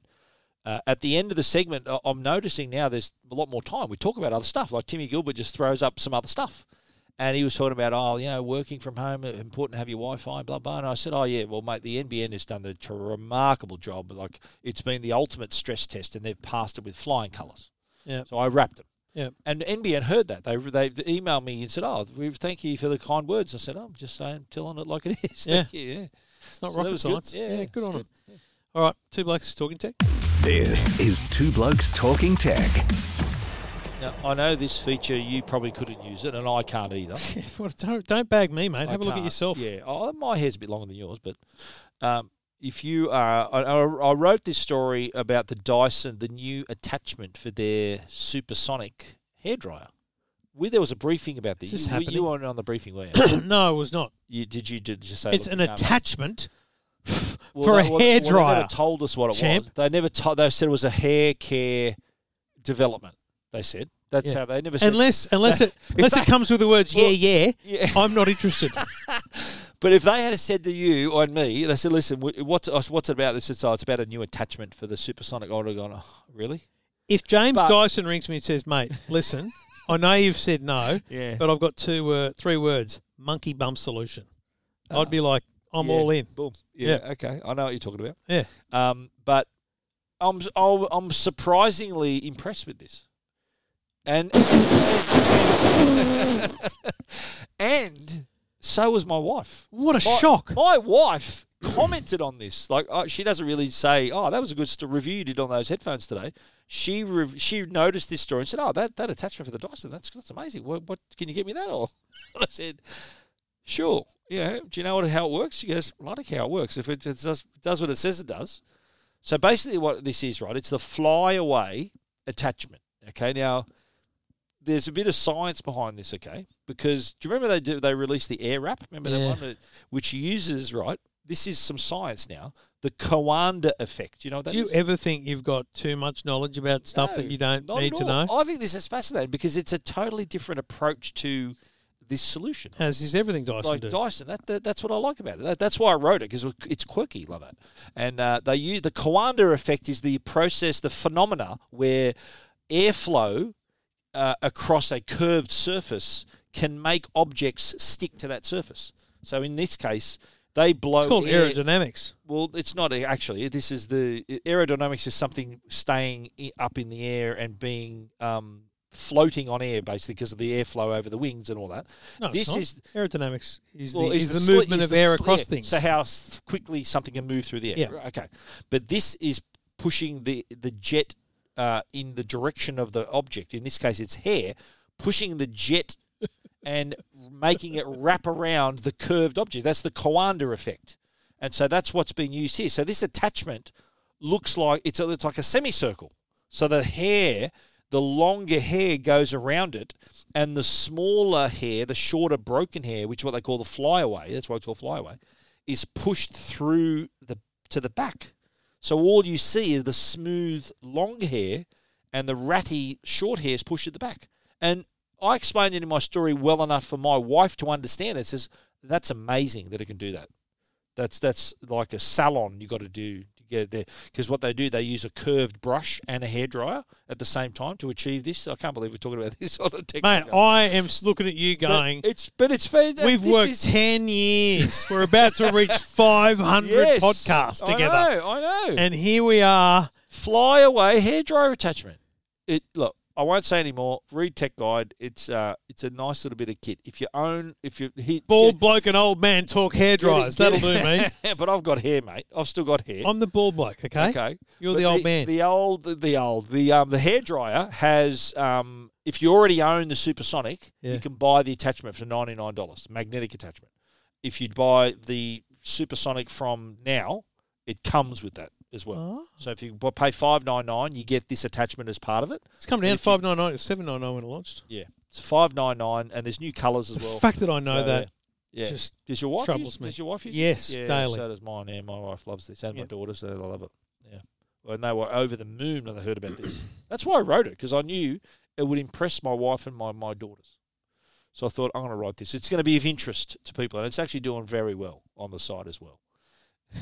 Speaker 2: Uh, at the end of the segment, I- I'm noticing now there's a lot more time. We talk about other stuff. Like Timmy Gilbert just throws up some other stuff, and he was talking about oh you know working from home uh, important to have your Wi-Fi blah blah. And I said oh yeah well mate the NBN has done the t- remarkable job. Like it's been the ultimate stress test, and they've passed it with flying colours.
Speaker 1: Yeah.
Speaker 2: So I wrapped them.
Speaker 1: Yeah.
Speaker 2: And NBN heard that. They they emailed me and said, "Oh, we thank you for the kind words." I said, "I'm just saying, telling it like it is." thank you. Yeah.
Speaker 1: It's not
Speaker 2: So that
Speaker 1: rocket
Speaker 2: was good.
Speaker 1: science.
Speaker 2: Yeah,
Speaker 1: good
Speaker 2: it's
Speaker 1: on them. All right, two blokes talking tech.
Speaker 3: This is Two Blokes Talking Tech.
Speaker 2: Now I know this feature you probably couldn't use it, and I can't either.
Speaker 1: Well, don't don't bag me, mate.
Speaker 2: I
Speaker 1: Have a look at
Speaker 2: can't.
Speaker 1: yourself.
Speaker 2: Yeah, oh, my hair's a bit longer than yours, but um, if you are, I, I I wrote this story about the Dyson, the new attachment for their supersonic hairdryer. We, there was a briefing about this.
Speaker 1: Is this
Speaker 2: you, were- you
Speaker 1: happening?
Speaker 2: weren't on the briefing, were you?
Speaker 1: no, it was not.
Speaker 2: you did you did you say
Speaker 1: It's
Speaker 2: "Look,
Speaker 1: an
Speaker 2: we can't make
Speaker 1: attachment
Speaker 2: Well,
Speaker 1: for a
Speaker 2: they- well, they- well, They
Speaker 1: hairdryer.
Speaker 2: never told us what it
Speaker 1: champ.
Speaker 2: was. They never told. They said it was a hair care development. They said that's
Speaker 1: Yeah.
Speaker 2: how they never said.
Speaker 1: unless unless it unless it
Speaker 2: they-
Speaker 1: comes with the words
Speaker 2: Well,
Speaker 1: yeah yeah.
Speaker 2: yeah.
Speaker 1: I'm not interested.
Speaker 2: but if they had said to you or me, they said, "Listen, wh- what's us- what's it about?" This it's oh, it's about a new attachment for the supersonic. I'd have gone, oh, really?
Speaker 1: If James
Speaker 2: But-
Speaker 1: Dyson rings me and says, "Mate, listen, I know you've said no,
Speaker 2: Yeah.
Speaker 1: but I've got two uh, three words: monkey bump solution." I'd be like, "I'm
Speaker 2: Uh, Yeah,
Speaker 1: all in."
Speaker 2: Boom.
Speaker 1: Yeah.
Speaker 2: Yeah, Okay. I know what you're talking about.
Speaker 1: Yeah,
Speaker 2: Um, but I'm I'm I'm surprisingly impressed with this, and and so was my wife.
Speaker 1: what a
Speaker 2: my,
Speaker 1: shock!
Speaker 2: My wife commented on this. Like uh, she doesn't really say, "Oh, that was a good st- review you did on those headphones today." She rev- she noticed this story and said, "Oh, that, that attachment for the Dyson, that's that's amazing. What, what can you get me that?" Or I said, "Sure, yeah. Do you know what how it works?" She goes, "Bloody how it works. If it, it does does what it says it does." So basically, what this is, right? It's the flyaway attachment. Okay, now there's a bit of science behind this, okay? Because do you remember they do, they released the air wrap? Remember
Speaker 1: Yeah.
Speaker 2: that one, that- which uses right. This is some science now. The Coanda effect. You know what that
Speaker 1: Do you
Speaker 2: is?
Speaker 1: ever think you've got too much knowledge about stuff that
Speaker 2: No,
Speaker 1: you don't
Speaker 2: not
Speaker 1: need
Speaker 2: at
Speaker 1: to
Speaker 2: all.
Speaker 1: know?
Speaker 2: I think this is fascinating because it's a totally different approach to this solution.
Speaker 1: As is everything Dyson
Speaker 2: like
Speaker 1: do.
Speaker 2: Dyson, that, that that's what I like about it. That, that's why I wrote it because it's quirky, love it. And uh, they use the Coanda effect is the process, the phenomena where airflow uh, across a curved surface can make objects stick to that surface. So in this case, they blow.
Speaker 1: it's called
Speaker 2: air-
Speaker 1: aerodynamics.
Speaker 2: well, it's not a- actually. This is the aerodynamics is something staying i- up in the air and being um, floating on air basically because of the airflow over the wings and all that.
Speaker 1: No, it's
Speaker 2: this
Speaker 1: not.
Speaker 2: is
Speaker 1: aerodynamics is
Speaker 2: well,
Speaker 1: the,
Speaker 2: is
Speaker 1: is the,
Speaker 2: sli-
Speaker 1: movement
Speaker 2: is
Speaker 1: of
Speaker 2: the
Speaker 1: air
Speaker 2: sli-
Speaker 1: across
Speaker 2: yeah,
Speaker 1: things.
Speaker 2: So how s- quickly something can move through the air.
Speaker 1: Yeah.
Speaker 2: Right, Okay. But this is pushing the the jet uh, in the direction of the object. In this case, it's hair pushing the jet and making it wrap around the curved object. That's the Coanda effect, and so that's what's being used here. So this attachment looks like it's a, it's like a semicircle. So the hair, the longer hair goes around it, and the smaller hair, the shorter broken hair, which is what they call the flyaway, that's why it's called flyaway, is pushed through the to the back. So all you see is the smooth long hair and the ratty short hair is pushed at the back. And I explained it in my story well enough for my wife to understand. It says that's amazing that it can do that. That's that's like a salon you got to do to get it there because what they do they use a curved brush and a hairdryer at the same time to achieve this. I can't believe we're talking about this on a technical.
Speaker 1: Mate, I am s- looking at you going,
Speaker 2: But it's but it's fair.
Speaker 1: We've
Speaker 2: this
Speaker 1: worked
Speaker 2: is-
Speaker 1: 10 years. We're about to reach 500
Speaker 2: Yes,
Speaker 1: podcasts
Speaker 2: I
Speaker 1: together.
Speaker 2: know. I know.
Speaker 1: And here we are.
Speaker 2: fly away hair dryer attachment. It look. I won't say anymore. Read Tech Guide. It's uh, it's a nice little bit of kit. If you own, if you he,
Speaker 1: Bald bloke and old man talk hair dryers.
Speaker 2: get
Speaker 1: That'll
Speaker 2: it.
Speaker 1: do me.
Speaker 2: but I've got hair, mate. I've still got hair.
Speaker 1: I'm the bald bloke, okay?
Speaker 2: okay,
Speaker 1: You're
Speaker 2: But
Speaker 1: the old man.
Speaker 2: The old, the old, the um, the hair dryer has um, if you already own the Supersonic,
Speaker 1: Yeah.
Speaker 2: you can buy the attachment for ninety nine dollars, magnetic attachment. If you buy the Supersonic from now, it comes with that as well.
Speaker 1: Oh,
Speaker 2: So if you bu- pay five nine nine, you get this attachment as part of it.
Speaker 1: it's come down five nine nine seven nine nine when it launched.
Speaker 2: Yeah, it's five nine nine, and there's new colours as well.
Speaker 1: the fact that I know
Speaker 2: So,
Speaker 1: that
Speaker 2: Yeah. Yeah.
Speaker 1: just
Speaker 2: does your wife
Speaker 1: troubles
Speaker 2: use,
Speaker 1: me.
Speaker 2: Does your wife use it?
Speaker 1: Yes,
Speaker 2: yeah,
Speaker 1: daily.
Speaker 2: So does mine. Yeah, my wife loves this, and
Speaker 1: Yeah.
Speaker 2: my daughter, so they love it. Yeah, Well, and they were over the moon when they heard about this. That's why I wrote it because I knew it would impress my wife and my my daughters. So I thought I'm going to write this. It's going to be of interest to people, and it's actually doing very well on the site as well.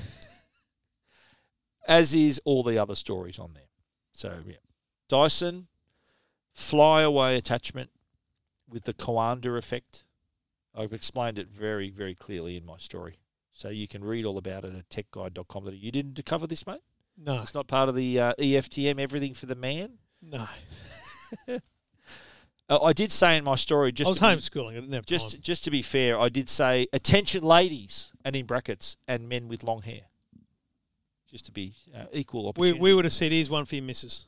Speaker 2: as is all the other stories on there. So yeah, Dyson flyaway attachment with the Coanda effect. I've explained it very, very clearly in my story. So you can read all about it at techguide.com. You didn't cover this, mate?
Speaker 1: no,
Speaker 2: It's not part of the uh, EFTM, everything for the man?
Speaker 1: no.
Speaker 2: Uh, I did say in my story,
Speaker 1: I
Speaker 2: just
Speaker 1: was
Speaker 2: to be-
Speaker 1: homeschooling. I didn't have
Speaker 2: just
Speaker 1: time.
Speaker 2: just to be fair, I did say attention, ladies, and in brackets, and men with long hair, just to be uh, equal
Speaker 1: We,
Speaker 2: opportunity.
Speaker 1: we would have said, "Here's one for your missus."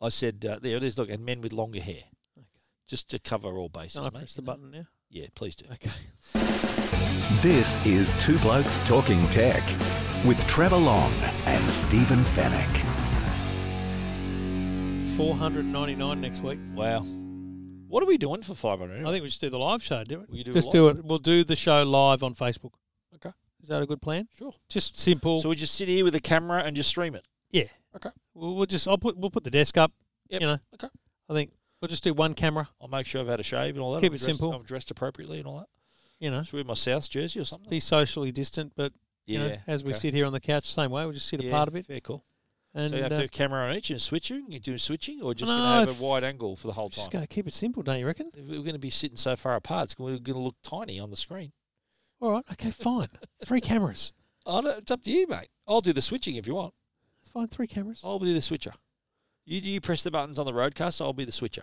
Speaker 2: I said uh, there it is. Look, and men with longer hair, just to cover all bases,
Speaker 1: Can I
Speaker 2: mate.
Speaker 1: press the
Speaker 2: you know?
Speaker 1: button now?
Speaker 2: Yeah, please do.
Speaker 1: Okay.
Speaker 3: This is Two Blokes Talking Tech with Trevor Long and Stephen Fennec.
Speaker 1: Four hundred ninety nine next week.
Speaker 2: Wow, what are we doing for five hundred?
Speaker 1: I think we just do the live show. Do it.
Speaker 2: We do
Speaker 1: just
Speaker 2: live.
Speaker 1: do it. We'll do the show live on Facebook.
Speaker 2: Okay.
Speaker 1: Is that a good plan?
Speaker 2: Sure.
Speaker 1: Just simple.
Speaker 2: So we just sit here with a camera and just stream it.
Speaker 1: yeah.
Speaker 2: Okay.
Speaker 1: We'll, we'll just. I'll put. We'll put the desk up.
Speaker 2: Yep.
Speaker 1: You know.
Speaker 2: Okay.
Speaker 1: I think we'll just do one camera.
Speaker 2: I'll make sure I've had a shave and all that.
Speaker 1: Keep
Speaker 2: I'm
Speaker 1: it
Speaker 2: dressed-
Speaker 1: simple.
Speaker 2: I'm dressed appropriately and all that.
Speaker 1: You know.
Speaker 2: Should we wear my South jersey or something?
Speaker 1: Be socially distant, but you know, as we
Speaker 2: okay.
Speaker 1: sit here on the couch, same way. We just sit
Speaker 2: Yeah,
Speaker 1: apart a bit.
Speaker 2: Fair call.
Speaker 1: And
Speaker 2: so you have
Speaker 1: uh,
Speaker 2: to have a camera on each and switching. You do switching or just
Speaker 1: No,
Speaker 2: going to
Speaker 1: if-
Speaker 2: have a wide angle for the whole time.
Speaker 1: just gotta keep it simple, don't you reckon?
Speaker 2: If We're going to be sitting so far apart. It's going to look tiny on the screen.
Speaker 1: All right. Okay. Fine. three cameras.
Speaker 2: I don't, it's up to you, mate. I'll do the switching if you want.
Speaker 1: It's fine. Three cameras.
Speaker 2: I'll be the switcher. You you press the buttons on the roadcast. I'll be the switcher.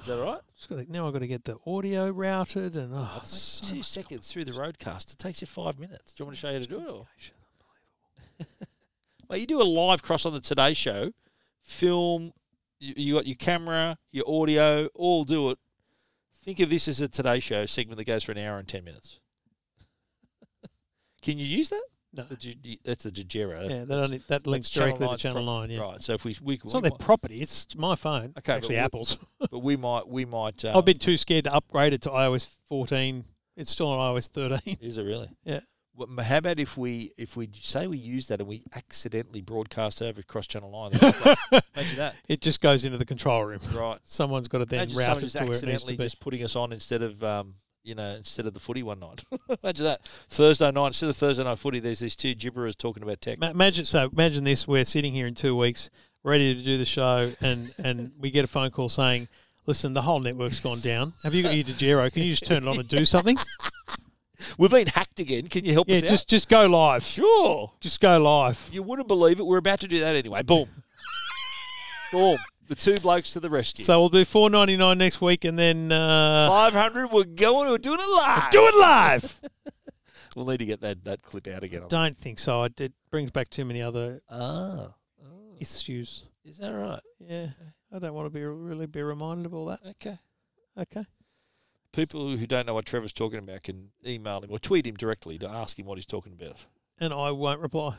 Speaker 2: Is that all right?
Speaker 1: Just gotta, now I've got to get the audio routed and oh,
Speaker 2: Mate,
Speaker 1: so
Speaker 2: two
Speaker 1: much
Speaker 2: seconds through the roadcast. It takes you five minutes. Do you want me to show you how to do it? Or?
Speaker 1: complication.
Speaker 2: Like you do a live cross on the Today Show, film. You, you got your camera, your audio, all do it. Think of this as a Today Show segment that goes for an hour and ten minutes. Can you use that?
Speaker 1: No.
Speaker 2: The G- that's the Dejera.
Speaker 1: Yeah, that only that links directly to Channel Nine. Yeah,
Speaker 2: Right. So if we we,
Speaker 1: it's
Speaker 2: we
Speaker 1: not their
Speaker 2: might-
Speaker 1: property; it's my phone.
Speaker 2: Okay,
Speaker 1: actually,
Speaker 2: but we-
Speaker 1: Apple's.
Speaker 2: but we might we might. Um,
Speaker 1: I've been too scared to upgrade it to iOS 14. It's still on iOS 13.
Speaker 2: uh, Is it really?
Speaker 1: Yeah.
Speaker 2: Well, m- how about if we if we say we use that and we accidentally broadcast over across Channel Nine? That'd be great. Imagine that.
Speaker 1: It just goes into the control room.
Speaker 2: Right.
Speaker 1: Someone's got to then
Speaker 2: Imagine
Speaker 1: route
Speaker 2: someone
Speaker 1: it
Speaker 2: just
Speaker 1: to where it needs to
Speaker 2: accidentally
Speaker 1: be.
Speaker 2: just putting us on instead of um, you know instead of the footy one night. Imagine that Thursday night instead of Thursday night footy, there's these two gibberers talking about tech.
Speaker 1: Ma- imagine so. Imagine this: we're sitting here in two weeks, ready to do the show, and and we get a phone call saying, "Listen, the whole network's gone down. Have you got your Dejero? Can you just turn it on and do something?
Speaker 2: We've been hacked again. Can you help
Speaker 1: yeah,
Speaker 2: us out?
Speaker 1: just just go live.
Speaker 2: sure.
Speaker 1: Just go live.
Speaker 2: You wouldn't believe it. We're about to do that anyway. Boom. Boom. The two blokes to the rescue.
Speaker 1: So we'll do 4.99 next week, and then uh,
Speaker 2: five hundred. We're going. We're doing it live.
Speaker 1: do it live.
Speaker 2: We'll need to get that, that clip out again. on-
Speaker 1: Don't think so. It, it brings back too many other
Speaker 2: Ah,
Speaker 1: issues.
Speaker 2: is that right?
Speaker 1: Yeah, I don't want to be really be reminded of all that.
Speaker 2: Okay.
Speaker 1: Okay.
Speaker 2: People who don't know what Trevor's talking about can email him or tweet him directly to ask him what he's talking about.
Speaker 1: And I won't reply.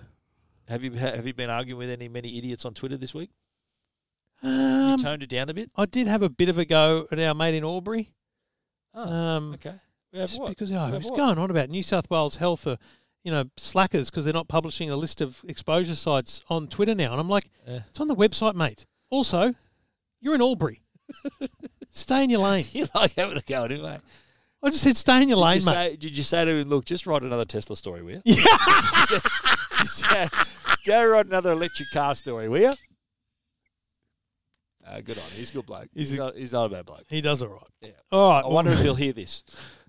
Speaker 2: Have you ha- have you been arguing with any many idiots on Twitter this week? You
Speaker 1: Um,
Speaker 2: toned it down a bit.
Speaker 1: I did have a bit of a go at our mate in Albury.
Speaker 2: Oh,
Speaker 1: Um,
Speaker 2: okay. We have
Speaker 1: just
Speaker 2: what?
Speaker 1: because
Speaker 2: We
Speaker 1: oh, he
Speaker 2: have
Speaker 1: was
Speaker 2: what?
Speaker 1: going on about New South Wales Health are, you know, slackers because they're not publishing a list of exposure sites on Twitter now. And I'm like,
Speaker 2: Yeah.
Speaker 1: it's on the website, mate. Also, you're in Albury. stay in your lane.
Speaker 2: you like having a go at him, mate.
Speaker 1: I just said stay in your lane,
Speaker 2: did, you
Speaker 1: mate.
Speaker 2: say, did you say to him, look, just write another Tesla story, will you?
Speaker 1: Yeah.
Speaker 2: You said- you said, go write another electric car story, will you? Uh, good on him. He's a good bloke.
Speaker 1: He's
Speaker 2: He's,
Speaker 1: a-
Speaker 2: not, he's not a bad bloke.
Speaker 1: He does all right.
Speaker 2: Yeah.
Speaker 1: All right.
Speaker 2: I
Speaker 1: well,
Speaker 2: wonder if he'll hear this.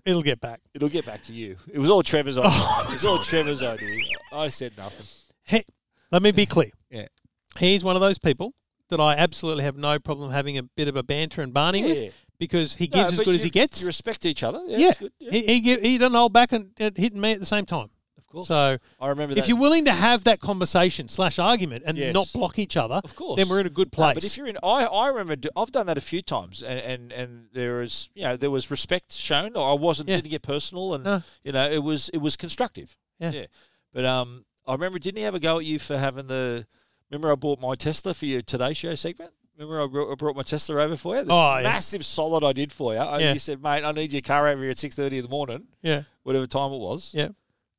Speaker 1: it'll get back.
Speaker 2: It'll get back to you. It was all Trevor's idea. it was all Trevor's idea. I said nothing.
Speaker 1: Let me be clear.
Speaker 2: Yeah.
Speaker 1: He's one of those people that I absolutely have no problem having a bit of a banter and barney
Speaker 2: Yeah.
Speaker 1: with because he
Speaker 2: No,
Speaker 1: gives as
Speaker 2: but
Speaker 1: good as
Speaker 2: you-
Speaker 1: he gets.
Speaker 2: You respect each other. Yeah.
Speaker 1: yeah.
Speaker 2: that's good, yeah,
Speaker 1: He, he, gi- he doesn't hold back and and hitting me at the same time.
Speaker 2: Of course.
Speaker 1: So
Speaker 2: I remember that.
Speaker 1: if you're willing to have that conversation slash argument and
Speaker 2: Yes.
Speaker 1: not block each other,
Speaker 2: Of course.
Speaker 1: then we're in a good
Speaker 2: No,
Speaker 1: place.
Speaker 2: but if you're in, I, I remember do, I've done that a few times, and, and, and there is you know there was respect shown. I wasn't
Speaker 1: Yeah.
Speaker 2: didn't get personal, and
Speaker 1: No.
Speaker 2: you know it was it was constructive.
Speaker 1: Yeah.
Speaker 2: But um, I remember didn't he have a go at you for having the? Remember I bought my Tesla for your Today Show segment. Remember I brought, I brought my Tesla over for you. The
Speaker 1: Oh, yeah.
Speaker 2: massive solid I did for you. I,
Speaker 1: Yeah.
Speaker 2: You said, mate, I need your car over here at six thirty in the morning,
Speaker 1: yeah,
Speaker 2: whatever time it was.
Speaker 1: yeah,
Speaker 2: It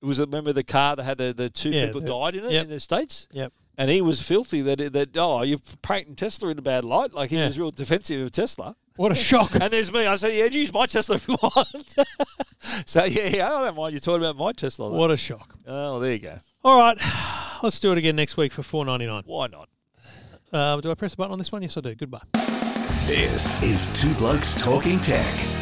Speaker 2: was remember the car that had the, the two
Speaker 1: Yeah,
Speaker 2: people
Speaker 1: the-
Speaker 2: died in it
Speaker 1: yep.
Speaker 2: in the states
Speaker 1: yeah.
Speaker 2: and he was filthy that that oh you're painting Tesla in a bad light like he
Speaker 1: Yeah.
Speaker 2: was real defensive of Tesla.
Speaker 1: What a shock!
Speaker 2: And there's me. I said, yeah, use my Tesla if you want. so yeah, yeah, I don't mind you talking about my Tesla. though.
Speaker 1: what a shock!
Speaker 2: Oh, well, there you go.
Speaker 1: All right, let's do it again next week for four ninety nine.
Speaker 2: Why not?
Speaker 1: Uh, do I press the button on this one? Yes, I do. Goodbye.
Speaker 3: This is Two Blokes Talking Tech